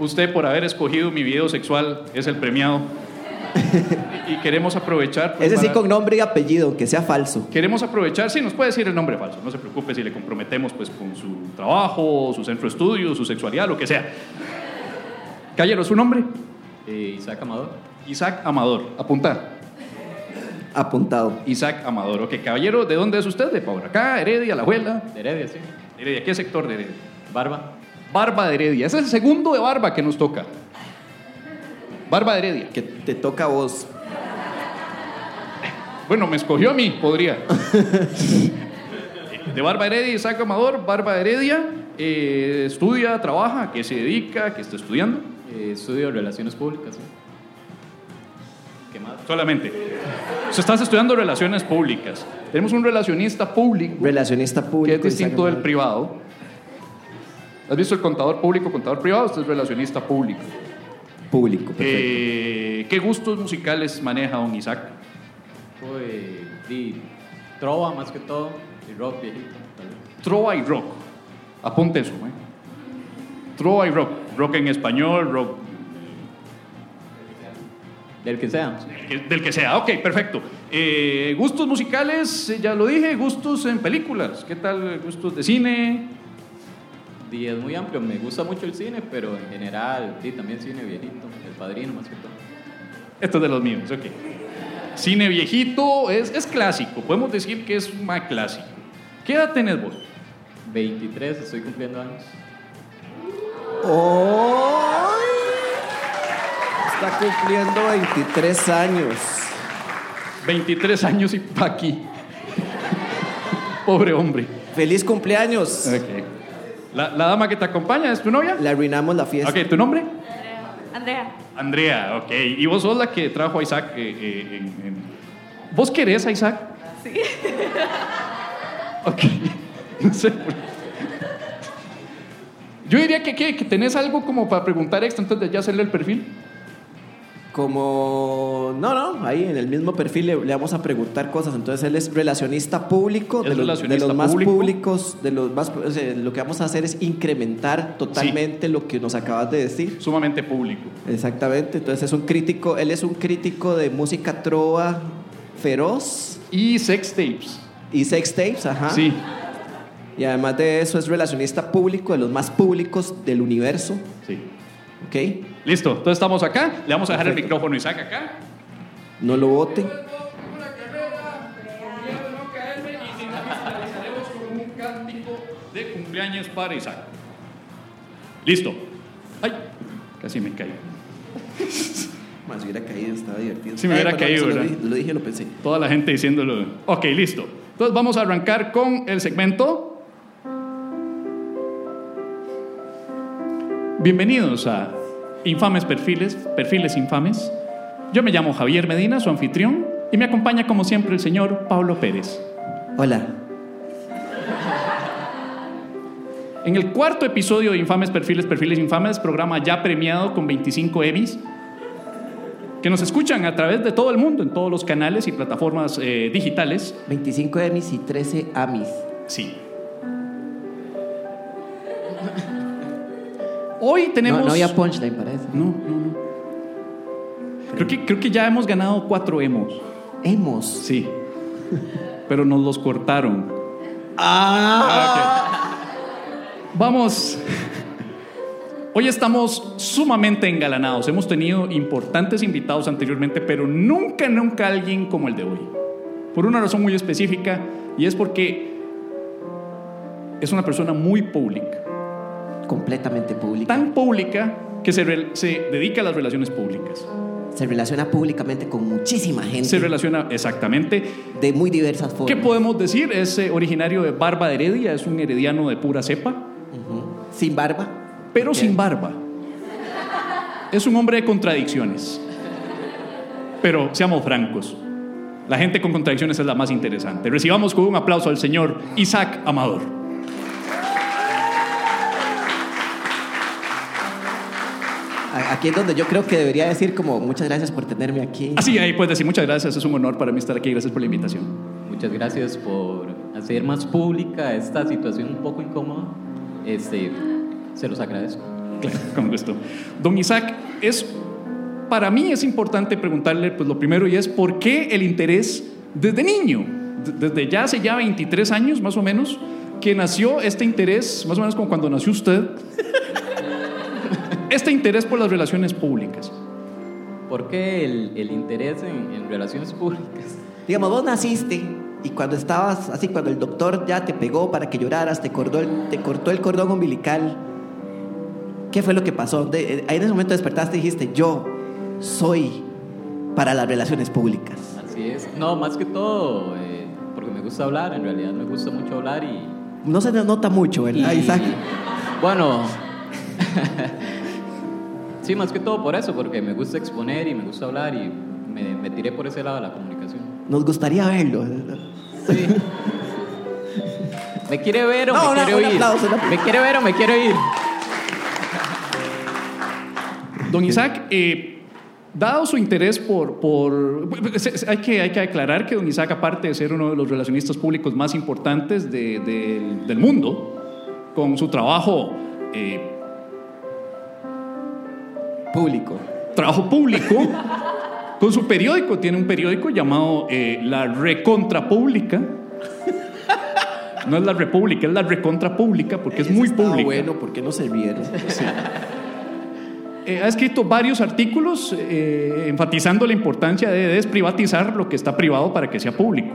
[SPEAKER 1] Usted, por haber escogido mi video sexual, es el
[SPEAKER 3] (laughs)
[SPEAKER 1] premiado. y queremos aprovechar. pues,
[SPEAKER 3] Ese sí
[SPEAKER 1] para-
[SPEAKER 3] con nombre y apellido, que sea falso.
[SPEAKER 1] Queremos aprovechar, sí, nos puede decir el nombre falso, no se preocupe si le comprometemos pues con su trabajo, su centro de estudio, su sexualidad, lo que sea. Caballero, ¿su nombre?
[SPEAKER 12] Eh, Isaac Amador.
[SPEAKER 1] Isaac Amador, apunta.
[SPEAKER 3] Apuntado.
[SPEAKER 1] Isaac Amador, ok, caballero, ¿de dónde es usted? ¿De Pauracá, Heredia, La Abuela?
[SPEAKER 12] De Heredia, sí.
[SPEAKER 1] Heredia, ¿qué sector de Heredia?
[SPEAKER 12] Barba.
[SPEAKER 1] Barba de Heredia, ese es el segundo de Barba que nos toca. Barba de Heredia.
[SPEAKER 3] Que te toca a vos.
[SPEAKER 1] Bueno, me escogió a mí,
[SPEAKER 12] (laughs)
[SPEAKER 1] podría. De Barba Heredia, Isaac Amador, Barba Heredia, eh, estudia, trabaja, ¿a qué se dedica, ¿A qué está estudiando.
[SPEAKER 12] Eh, estudio Relaciones Públicas, sí. ¿Qué más?
[SPEAKER 1] Solamente. Se estás estudiando relaciones públicas. Tenemos un relacionista público
[SPEAKER 3] Relacionista
[SPEAKER 1] que
[SPEAKER 3] público.
[SPEAKER 1] es distinto del privado. ¿Has visto el contador público, contador privado? Usted es relacionista público.
[SPEAKER 3] Público. perfecto.
[SPEAKER 1] Eh, ¿Qué gustos musicales maneja don Isaac?
[SPEAKER 12] Fue eh, di trova más que todo y rock viejito. tal vez.
[SPEAKER 1] Trova y rock. Apunte eso, ¿eh? Trova y rock. Rock en español, rock
[SPEAKER 12] Del que sea.
[SPEAKER 1] que- del que sea. Ok, perfecto. Eh, gustos musicales, eh, ya lo dije, gustos en películas. ¿Qué tal? Gustos de cine.
[SPEAKER 12] Di es muy amplio, me gusta mucho el cine, pero en general, di también cine viejito, el padrino más que todo.
[SPEAKER 1] Esto es de los míos, ok. Cine viejito, es, es clásico. Podemos decir que es más clásico. ¿Qué edad tenés vos?
[SPEAKER 12] 23, estoy cumpliendo años.
[SPEAKER 3] Está cumpliendo 23 años.
[SPEAKER 1] 23 años y pa' aquí. (laughs) Pobre hombre.
[SPEAKER 3] Feliz cumpleaños.
[SPEAKER 1] Ok. La, la dama que te acompaña es tu novia.
[SPEAKER 3] Le arruinamos la fiesta.
[SPEAKER 1] Ok, ¿tu nombre?
[SPEAKER 11] Andrea.
[SPEAKER 1] Andrea, ok. Y vos sos la que trajo a Isaac eh, eh, en- en- ¿Vos querés a Isaac?
[SPEAKER 11] Sí.
[SPEAKER 1] (laughs) Ok. (laughs) No sé. por- Yo diría que, ¿qué? que tenés algo como para preguntar extra antes de ya hacerle el perfil.
[SPEAKER 3] Como. No, no, ahí en el mismo perfil le, le vamos a preguntar cosas. Entonces él es relacionista público,
[SPEAKER 1] Es
[SPEAKER 3] de, los,
[SPEAKER 1] relacionista
[SPEAKER 3] de los más
[SPEAKER 1] público.
[SPEAKER 3] públicos, de los más. o sea, lo que vamos a hacer es incrementar totalmente lo que nos acabas de decir.
[SPEAKER 1] Sumamente público.
[SPEAKER 3] Exactamente, entonces es un crítico, él es un crítico de música trova feroz
[SPEAKER 1] Y sex tapes.
[SPEAKER 3] y sex tapes, ajá.
[SPEAKER 1] Sí.
[SPEAKER 3] Y además de eso es relacionista público, de los más públicos del universo,
[SPEAKER 1] Sí.
[SPEAKER 3] ¿ok?
[SPEAKER 1] Listo, entonces estamos acá. Le vamos a dejar el micrófono a Isaac acá.
[SPEAKER 3] No lo voten.
[SPEAKER 1] un cántico de cumpleaños para Isaac. Listo. Ay, casi me caí.
[SPEAKER 3] Más hubiera caído, estaba divertido.
[SPEAKER 1] Sí, me hubiera
[SPEAKER 3] Ay, perdón,
[SPEAKER 1] caído,
[SPEAKER 3] eso lo
[SPEAKER 1] ¿verdad?
[SPEAKER 3] dije- Lo dije, lo pensé.
[SPEAKER 1] Toda la gente diciéndolo. Ok, listo. Entonces vamos a arrancar con el segmento. Bienvenidos a Infames Perfiles, Perfiles Infames. Yo me llamo Javier Medina, su anfitrión, y me acompaña como siempre el señor Pablo Pérez.
[SPEAKER 3] Hola.
[SPEAKER 1] En el cuarto episodio de Infames Perfiles, Perfiles Infames, programa ya premiado con 25 Emmys, que nos escuchan a través de todo el mundo, en todos los canales y plataformas eh, digitales.
[SPEAKER 3] 25 Emmys y 13 Amis.
[SPEAKER 1] Sí. Hoy tenemos...
[SPEAKER 3] No, no había punchline para eso.
[SPEAKER 1] No, no, no. Creo que, creo que ya hemos ganado cuatro emos.
[SPEAKER 3] Hemos.
[SPEAKER 1] Sí. Pero nos los cortaron. Ah, ok. Vamos. Hoy estamos sumamente engalanados. Hemos tenido importantes invitados anteriormente, pero nunca, nunca alguien como el de hoy. Por una razón muy específica, y es porque es una persona muy pública
[SPEAKER 3] Completamente pública.
[SPEAKER 1] tan pública que se, rel- se dedica a las relaciones públicas.
[SPEAKER 3] Se relaciona públicamente con muchísima gente.
[SPEAKER 1] Se relaciona exactamente.
[SPEAKER 3] de muy diversas formas.
[SPEAKER 1] ¿Qué podemos decir? Es eh, originario de Barba de Heredia, es un herediano de pura cepa,
[SPEAKER 3] Ujú. Sin barba.
[SPEAKER 1] pero
[SPEAKER 3] Ok.
[SPEAKER 1] sin barba. es un hombre de contradicciones. Pero seamos francos, la gente con contradicciones es la más interesante. Recibamos con un aplauso al señor Isaac Amador.
[SPEAKER 3] A- Aquí es donde yo creo que debería decir como muchas gracias por tenerme aquí.
[SPEAKER 1] Así ahí puedes decir muchas gracias, es un honor para mí estar aquí, gracias por la invitación.
[SPEAKER 12] Muchas gracias por hacer más pública esta situación un poco incómoda. Este, se los agradezco.
[SPEAKER 1] Claro, con gusto. Don Isaac, es para mí es importante preguntarle pues lo primero y es por qué el interés desde niño, De- desde ya hace ya 23 años más o menos que nació este interés, más o menos como cuando nació usted. (laughs) Este interés por las relaciones públicas.
[SPEAKER 12] ¿Por qué el, el interés en, en relaciones públicas? (laughs)
[SPEAKER 3] Digamos, vos naciste y cuando estabas así, cuando el doctor ya te pegó para que lloraras, te cortó el, te cortó el cordón umbilical, ¿qué fue lo que pasó? De- eh, ahí en ese momento despertaste y dijiste, yo soy para las relaciones públicas.
[SPEAKER 12] Así es. No, más que todo, eh, porque me gusta hablar, en realidad me gusta mucho hablar y...
[SPEAKER 3] No se te nota mucho, ¿verdad,
[SPEAKER 12] y-
[SPEAKER 3] Isaac?
[SPEAKER 12] Bueno, (laughs) sí, más que todo por eso, porque me gusta exponer y me gusta hablar y me, me tiré por ese lado de la comunicación.
[SPEAKER 3] Nos gustaría verlo.
[SPEAKER 12] ¿Me quiere ver o
[SPEAKER 3] No,
[SPEAKER 12] me
[SPEAKER 3] no,
[SPEAKER 12] quiere
[SPEAKER 3] un
[SPEAKER 12] oír?
[SPEAKER 3] aplauso, un aplauso.
[SPEAKER 12] ¿Me quiere ver o me quiere oír?
[SPEAKER 1] Don Isaac, eh, dado su interés por... por se- se- hay, que, hay que aclarar que don Isaac, aparte de ser uno de los relacionistas públicos más importantes de- del- del mundo, con su trabajo... eh,
[SPEAKER 3] público.
[SPEAKER 1] Trabajo público. (laughs) con su periódico, tiene un periódico llamado eh, La Recontra Pública. No es la República, es la Recontra Pública, porque es muy pública.
[SPEAKER 3] bueno, ¿por qué no se vieron?
[SPEAKER 1] Eh, ha escrito varios artículos eh, enfatizando la importancia de desprivatizar lo que está privado para que sea público.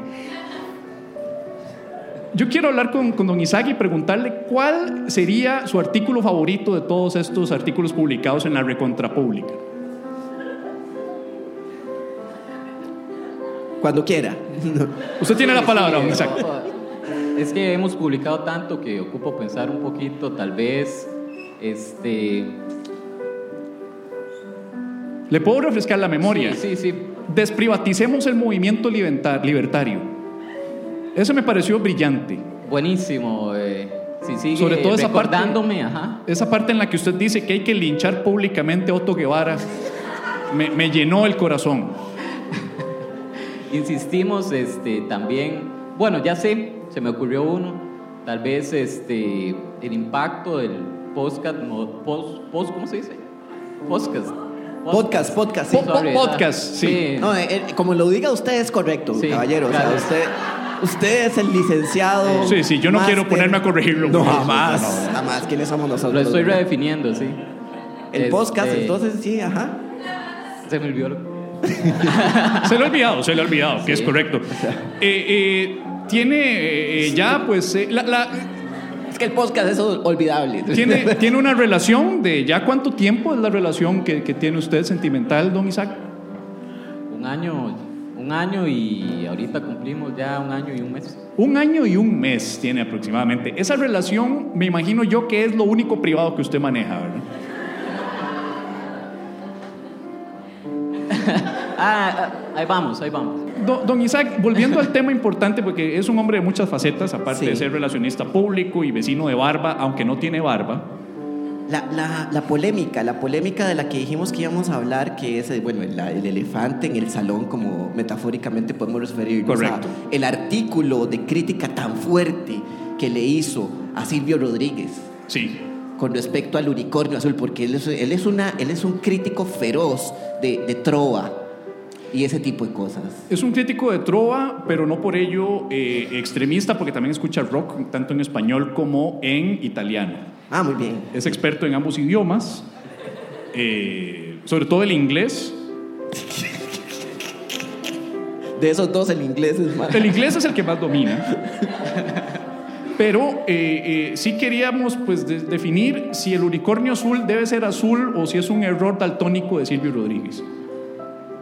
[SPEAKER 1] Yo quiero hablar con, con don Isaac y preguntarle cuál sería su artículo favorito de todos estos artículos publicados en la Recontra Pública.
[SPEAKER 3] Cuando quiera.
[SPEAKER 1] Usted tiene la palabra, don Isaac.
[SPEAKER 12] eh, Es que hemos publicado tanto que ocupo pensar un poquito, tal vez, este...
[SPEAKER 1] Le puedo refrescar la memoria.
[SPEAKER 12] Sí, sí, sí.
[SPEAKER 1] Desprivaticemos el movimiento liberta- libertario. Eso me pareció brillante.
[SPEAKER 12] Buenísimo. eh, si sigue
[SPEAKER 1] Sobre todo esa parte-
[SPEAKER 12] recordándome, ajá.
[SPEAKER 1] Esa parte en la que usted dice que hay que linchar públicamente a Otto Guevara me, me llenó el corazón.
[SPEAKER 12] Insistimos este, también, bueno, ya sé, se me ocurrió uno, tal vez este, el impacto del podcast, no, post, post- ¿cómo se dice? Podcast.
[SPEAKER 3] Podcast, podcast, sí.
[SPEAKER 12] Po- po- podcast, sí.
[SPEAKER 3] No, eh, eh, como lo diga usted es correcto,
[SPEAKER 12] Sí,
[SPEAKER 3] caballero. O sea,
[SPEAKER 12] gracias.
[SPEAKER 3] usted, usted es el licenciado.
[SPEAKER 1] Sí, sí, yo no
[SPEAKER 3] máster.
[SPEAKER 1] quiero ponerme a corregirlo.
[SPEAKER 3] No,
[SPEAKER 1] por eso,
[SPEAKER 3] jamás,
[SPEAKER 1] no, no.
[SPEAKER 3] jamás. ¿Quiénes somos nosotros?
[SPEAKER 12] Lo estoy redefiniendo, sí.
[SPEAKER 3] El podcast,
[SPEAKER 12] Este,
[SPEAKER 3] entonces sí, ajá.
[SPEAKER 12] Se me olvidó. lo-
[SPEAKER 1] Se lo he olvidado, se lo he olvidado, que es correcto. Eh, eh, tiene eh, eh, ya, pues, eh, la- la-
[SPEAKER 3] Es que el podcast es olvidable.
[SPEAKER 1] tiene, tiene una relación de ya cuánto tiempo es la relación que, que tiene usted sentimental, don Isaac.
[SPEAKER 12] Un año, un año y ahorita cumplimos ya un año y un mes.
[SPEAKER 1] Un año y un mes tiene aproximadamente. Esa relación, me imagino yo que es lo único privado que usted maneja, ¿verdad?
[SPEAKER 12] Ah, ah, ahí vamos, ahí vamos.
[SPEAKER 1] Don, don Isaac, volviendo al tema importante, porque es un hombre de muchas facetas, aparte
[SPEAKER 3] Sí.
[SPEAKER 1] de ser relacionista público y vecino de barba, aunque no tiene barba.
[SPEAKER 3] La, la- la polémica, la polémica de la que dijimos que íbamos a hablar, que es eh, bueno, el, el elefante en el salón, como metafóricamente podemos referirnos
[SPEAKER 1] Correcto.
[SPEAKER 3] a el artículo de crítica tan fuerte que le hizo a Silvio Rodríguez.
[SPEAKER 1] Sí.
[SPEAKER 3] Con respecto al unicornio azul, porque él es, él es una, él es un crítico feroz de, de Trova y ese tipo de cosas.
[SPEAKER 1] Es un crítico de trova, pero no por ello eh, extremista, porque también escucha rock tanto en español como en italiano.
[SPEAKER 3] Ah, muy bien.
[SPEAKER 1] Es experto en ambos idiomas, eh, sobre todo el inglés.
[SPEAKER 3] De esos dos, el inglés es más.
[SPEAKER 1] El inglés es el que más domina. Pero eh, eh, sí queríamos pues, de- definir si el unicornio azul debe ser azul o si es un error daltónico de Silvio Rodríguez.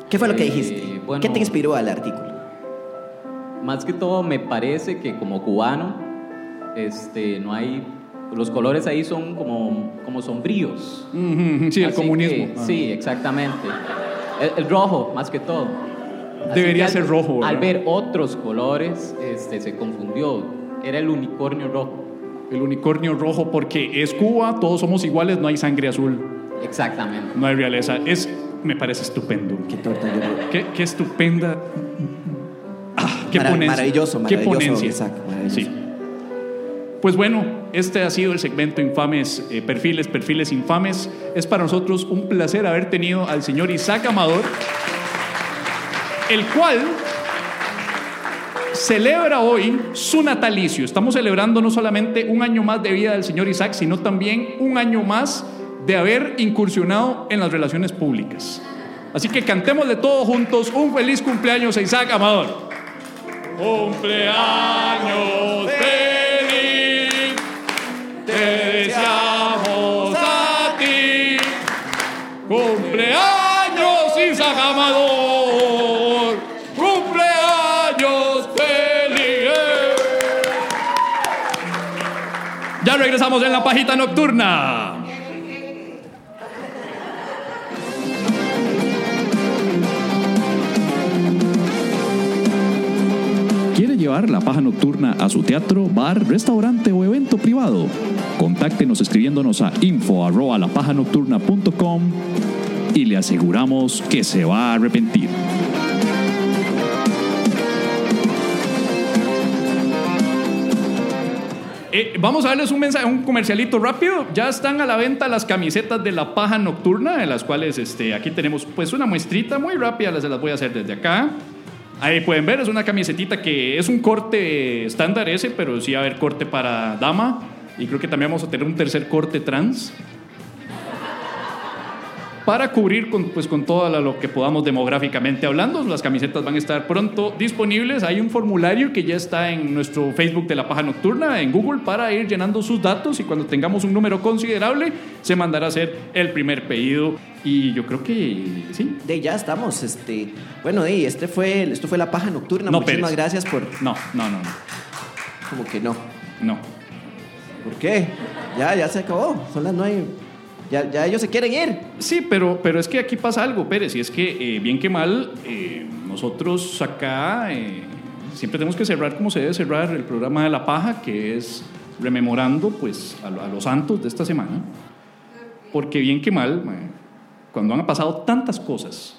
[SPEAKER 3] ¿Qué fue lo que
[SPEAKER 12] Eh,
[SPEAKER 3] dijiste?
[SPEAKER 12] bueno.
[SPEAKER 3] ¿Qué te inspiró al artículo?
[SPEAKER 12] Más que todo me parece que como cubano este, no hay los colores ahí son como, como sombríos.
[SPEAKER 1] Ujú, sí, el
[SPEAKER 12] Así
[SPEAKER 1] comunismo.
[SPEAKER 12] que,
[SPEAKER 1] Ah.
[SPEAKER 12] sí, exactamente. El, el rojo, más que todo. Así
[SPEAKER 1] Debería
[SPEAKER 12] que al-
[SPEAKER 1] ser rojo, ¿verdad?
[SPEAKER 12] Al ver otros colores, este, se confundió. Era el unicornio rojo.
[SPEAKER 1] El unicornio rojo, porque es Cuba, todos somos iguales, no hay sangre azul.
[SPEAKER 12] Exactamente.
[SPEAKER 1] No hay realeza. Es, me parece estupendo. Qué torta, Qué, qué estupenda. Ah, qué
[SPEAKER 3] Mara-
[SPEAKER 1] ponencia.
[SPEAKER 3] maravilloso, maravilloso,
[SPEAKER 1] Qué ponencia.
[SPEAKER 3] Isaac,
[SPEAKER 1] Sí. Pues bueno, este ha sido el segmento Infames, eh, Perfiles, Perfiles Infames. Es para nosotros un placer haber tenido al señor Isaac Amador, el cual celebra hoy su natalicio. Estamos celebrando no solamente un año más de vida del señor Isaac, sino también un año más de haber incursionado en las relaciones públicas. Así que cantémosle todos juntos un feliz cumpleaños a Isaac Amador. Cumpleaños feliz, te deseamos a ti. Cumpleaños Isaac Amador, cumpleaños feliz. Ya regresamos en la pajita nocturna.
[SPEAKER 5] ¿Quiere llevar la paja nocturna a su teatro, bar, restaurante o evento privado? Contáctenos escribiéndonos a info arroba lapajanocturna.com y le aseguramos que se va a arrepentir.
[SPEAKER 1] Eh, vamos a darles un mensaje, un comercialito rápido. Ya están a la venta las camisetas de la paja nocturna, de las cuales este, aquí tenemos pues una muestrita muy rápida, las- se las voy a hacer desde acá. Ahí pueden ver, es una camisetita que es un corte estándar ese, pero sí va a haber corte para dama. Y creo que también vamos a tener un tercer corte trans. Para cubrir con, pues, con todo lo que podamos demográficamente hablando, las camisetas van a estar pronto disponibles. Hay un formulario que ya está en nuestro Facebook de La Paja Nocturna, en Google, para ir llenando sus datos y cuando tengamos un número considerable, se mandará a hacer el primer pedido. Y yo creo que sí.
[SPEAKER 3] De ya estamos, este, bueno, de este fue, esto fue la paja nocturna.
[SPEAKER 1] No,
[SPEAKER 3] Muchísimas
[SPEAKER 1] Pérez.
[SPEAKER 3] gracias por
[SPEAKER 1] No, no, no. no.
[SPEAKER 3] como que no.
[SPEAKER 1] No.
[SPEAKER 3] ¿Por qué? Ya, ya se acabó. Son las nueve. Ya, ya ellos se quieren ir.
[SPEAKER 1] Sí, pero, pero es que aquí pasa algo, Pérez, y es que eh, bien que mal, eh, nosotros acá eh, siempre tenemos que cerrar como se debe cerrar el programa de La Paja, que es rememorando pues a, lo- a los santos de esta semana, porque bien que mal, mae, cuando han pasado tantas cosas,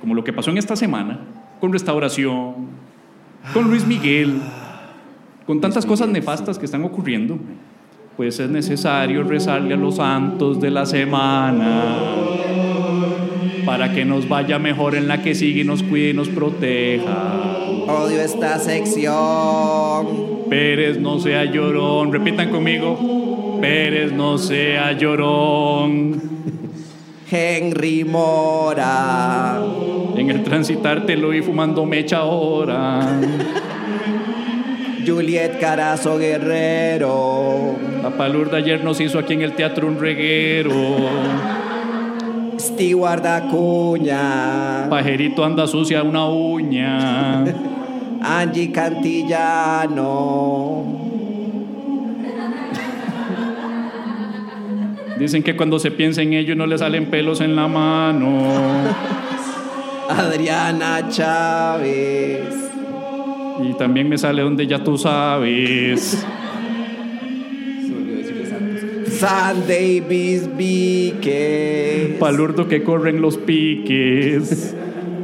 [SPEAKER 1] como lo que pasó en esta semana, con Restauración, con Luis Miguel, con tantas cosas nefastas que están ocurriendo, pues es necesario rezarle a los santos de la semana para que nos vaya mejor en la que sigue y nos cuide y nos proteja.
[SPEAKER 3] Odio esta sección.
[SPEAKER 1] Pérez no sea llorón, repitan conmigo. Pérez no sea llorón.
[SPEAKER 3] Henry Mora.
[SPEAKER 1] En el transitar te lo vi fumando mecha ahora.
[SPEAKER 3] Juliet Carazo Guerrero.
[SPEAKER 1] La palurda ayer nos hizo aquí en el teatro un reguero.
[SPEAKER 3] Steward Acuña.
[SPEAKER 1] Pajerito anda sucia una uña.
[SPEAKER 3] Angie Cantillano.
[SPEAKER 1] Dicen que cuando se piensa en ello no le salen pelos en la mano.
[SPEAKER 3] Adriana Chávez.
[SPEAKER 1] Y también me sale donde ya tú sabes.
[SPEAKER 3] San Davis Vique.
[SPEAKER 1] Palurdo que corren los piques.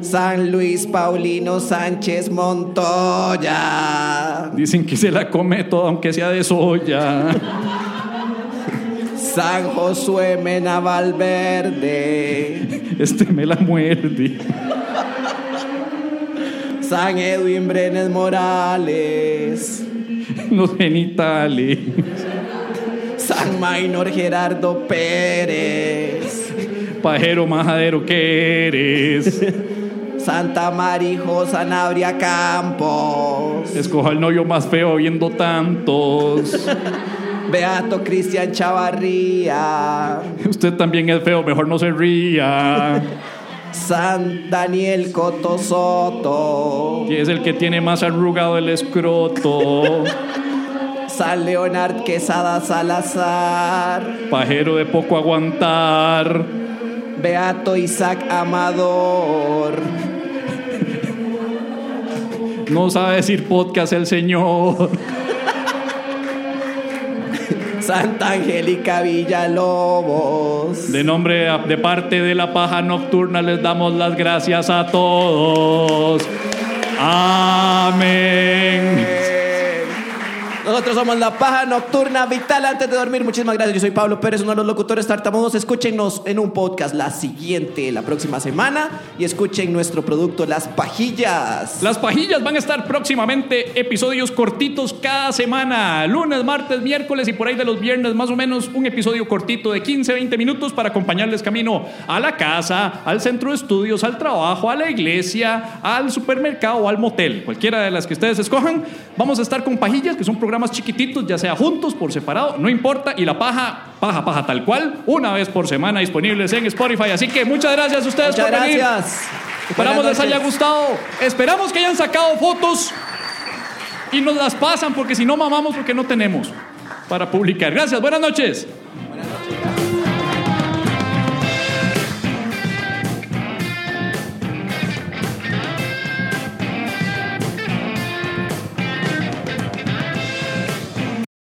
[SPEAKER 3] San Luis Paulino Sánchez Montoya.
[SPEAKER 1] Dicen que se la come toda aunque sea de soya.
[SPEAKER 3] San Josué Mena Valverde.
[SPEAKER 1] Este me la muerde.
[SPEAKER 3] San Edwin Brenes Morales.
[SPEAKER 1] Los genitales.
[SPEAKER 3] San Maynor Gerardo Pérez.
[SPEAKER 1] Pajero majadero que eres.
[SPEAKER 3] Santa Marijo Sanabria Campos.
[SPEAKER 1] Escoja el novio más feo viendo tantos.
[SPEAKER 3] Beato Cristian Chavarría.
[SPEAKER 1] Usted también es feo, mejor no se ría.
[SPEAKER 3] San Daniel Coto Soto.
[SPEAKER 1] Y es el que tiene más arrugado el escroto.
[SPEAKER 3] San Leonard Quesada Salazar,
[SPEAKER 1] Pajero de poco aguantar.
[SPEAKER 3] Beato Isaac Amador.
[SPEAKER 1] No sabe decir podcast el señor.
[SPEAKER 3] Santa Angélica Villalobos.
[SPEAKER 1] De nombre, de parte de la paja nocturna, les damos las gracias a todos. Amén.
[SPEAKER 3] Nosotros somos la paja nocturna vital antes de dormir. Muchísimas gracias. Yo soy Pablo Pérez, uno de los locutores tartamudos. Escúchenos en un podcast la siguiente, la próxima semana, y escuchen nuestro producto Las Pajillas.
[SPEAKER 1] Las pajillas van a estar próximamente episodios cortitos cada semana, lunes, martes, miércoles y por ahí de los viernes más o menos un episodio cortito de 15, 20 minutos para acompañarles camino a la casa, al centro de estudios, al trabajo, a la iglesia, al supermercado o al motel, cualquiera de las que ustedes escojan. Vamos a estar con pajillas, que son programas chiquititos, ya sea juntos, por separado, no importa, y la paja, paja, paja tal cual, una vez por semana disponibles en Spotify. Así que muchas gracias a ustedes
[SPEAKER 3] Muchas
[SPEAKER 1] por venir.
[SPEAKER 3] gracias.
[SPEAKER 1] Esperamos
[SPEAKER 3] Buenas
[SPEAKER 1] les haya
[SPEAKER 3] noches.
[SPEAKER 1] gustado. Esperamos que hayan sacado fotos y nos las pasan porque si no mamamos porque no tenemos para publicar. Gracias, buenas noches.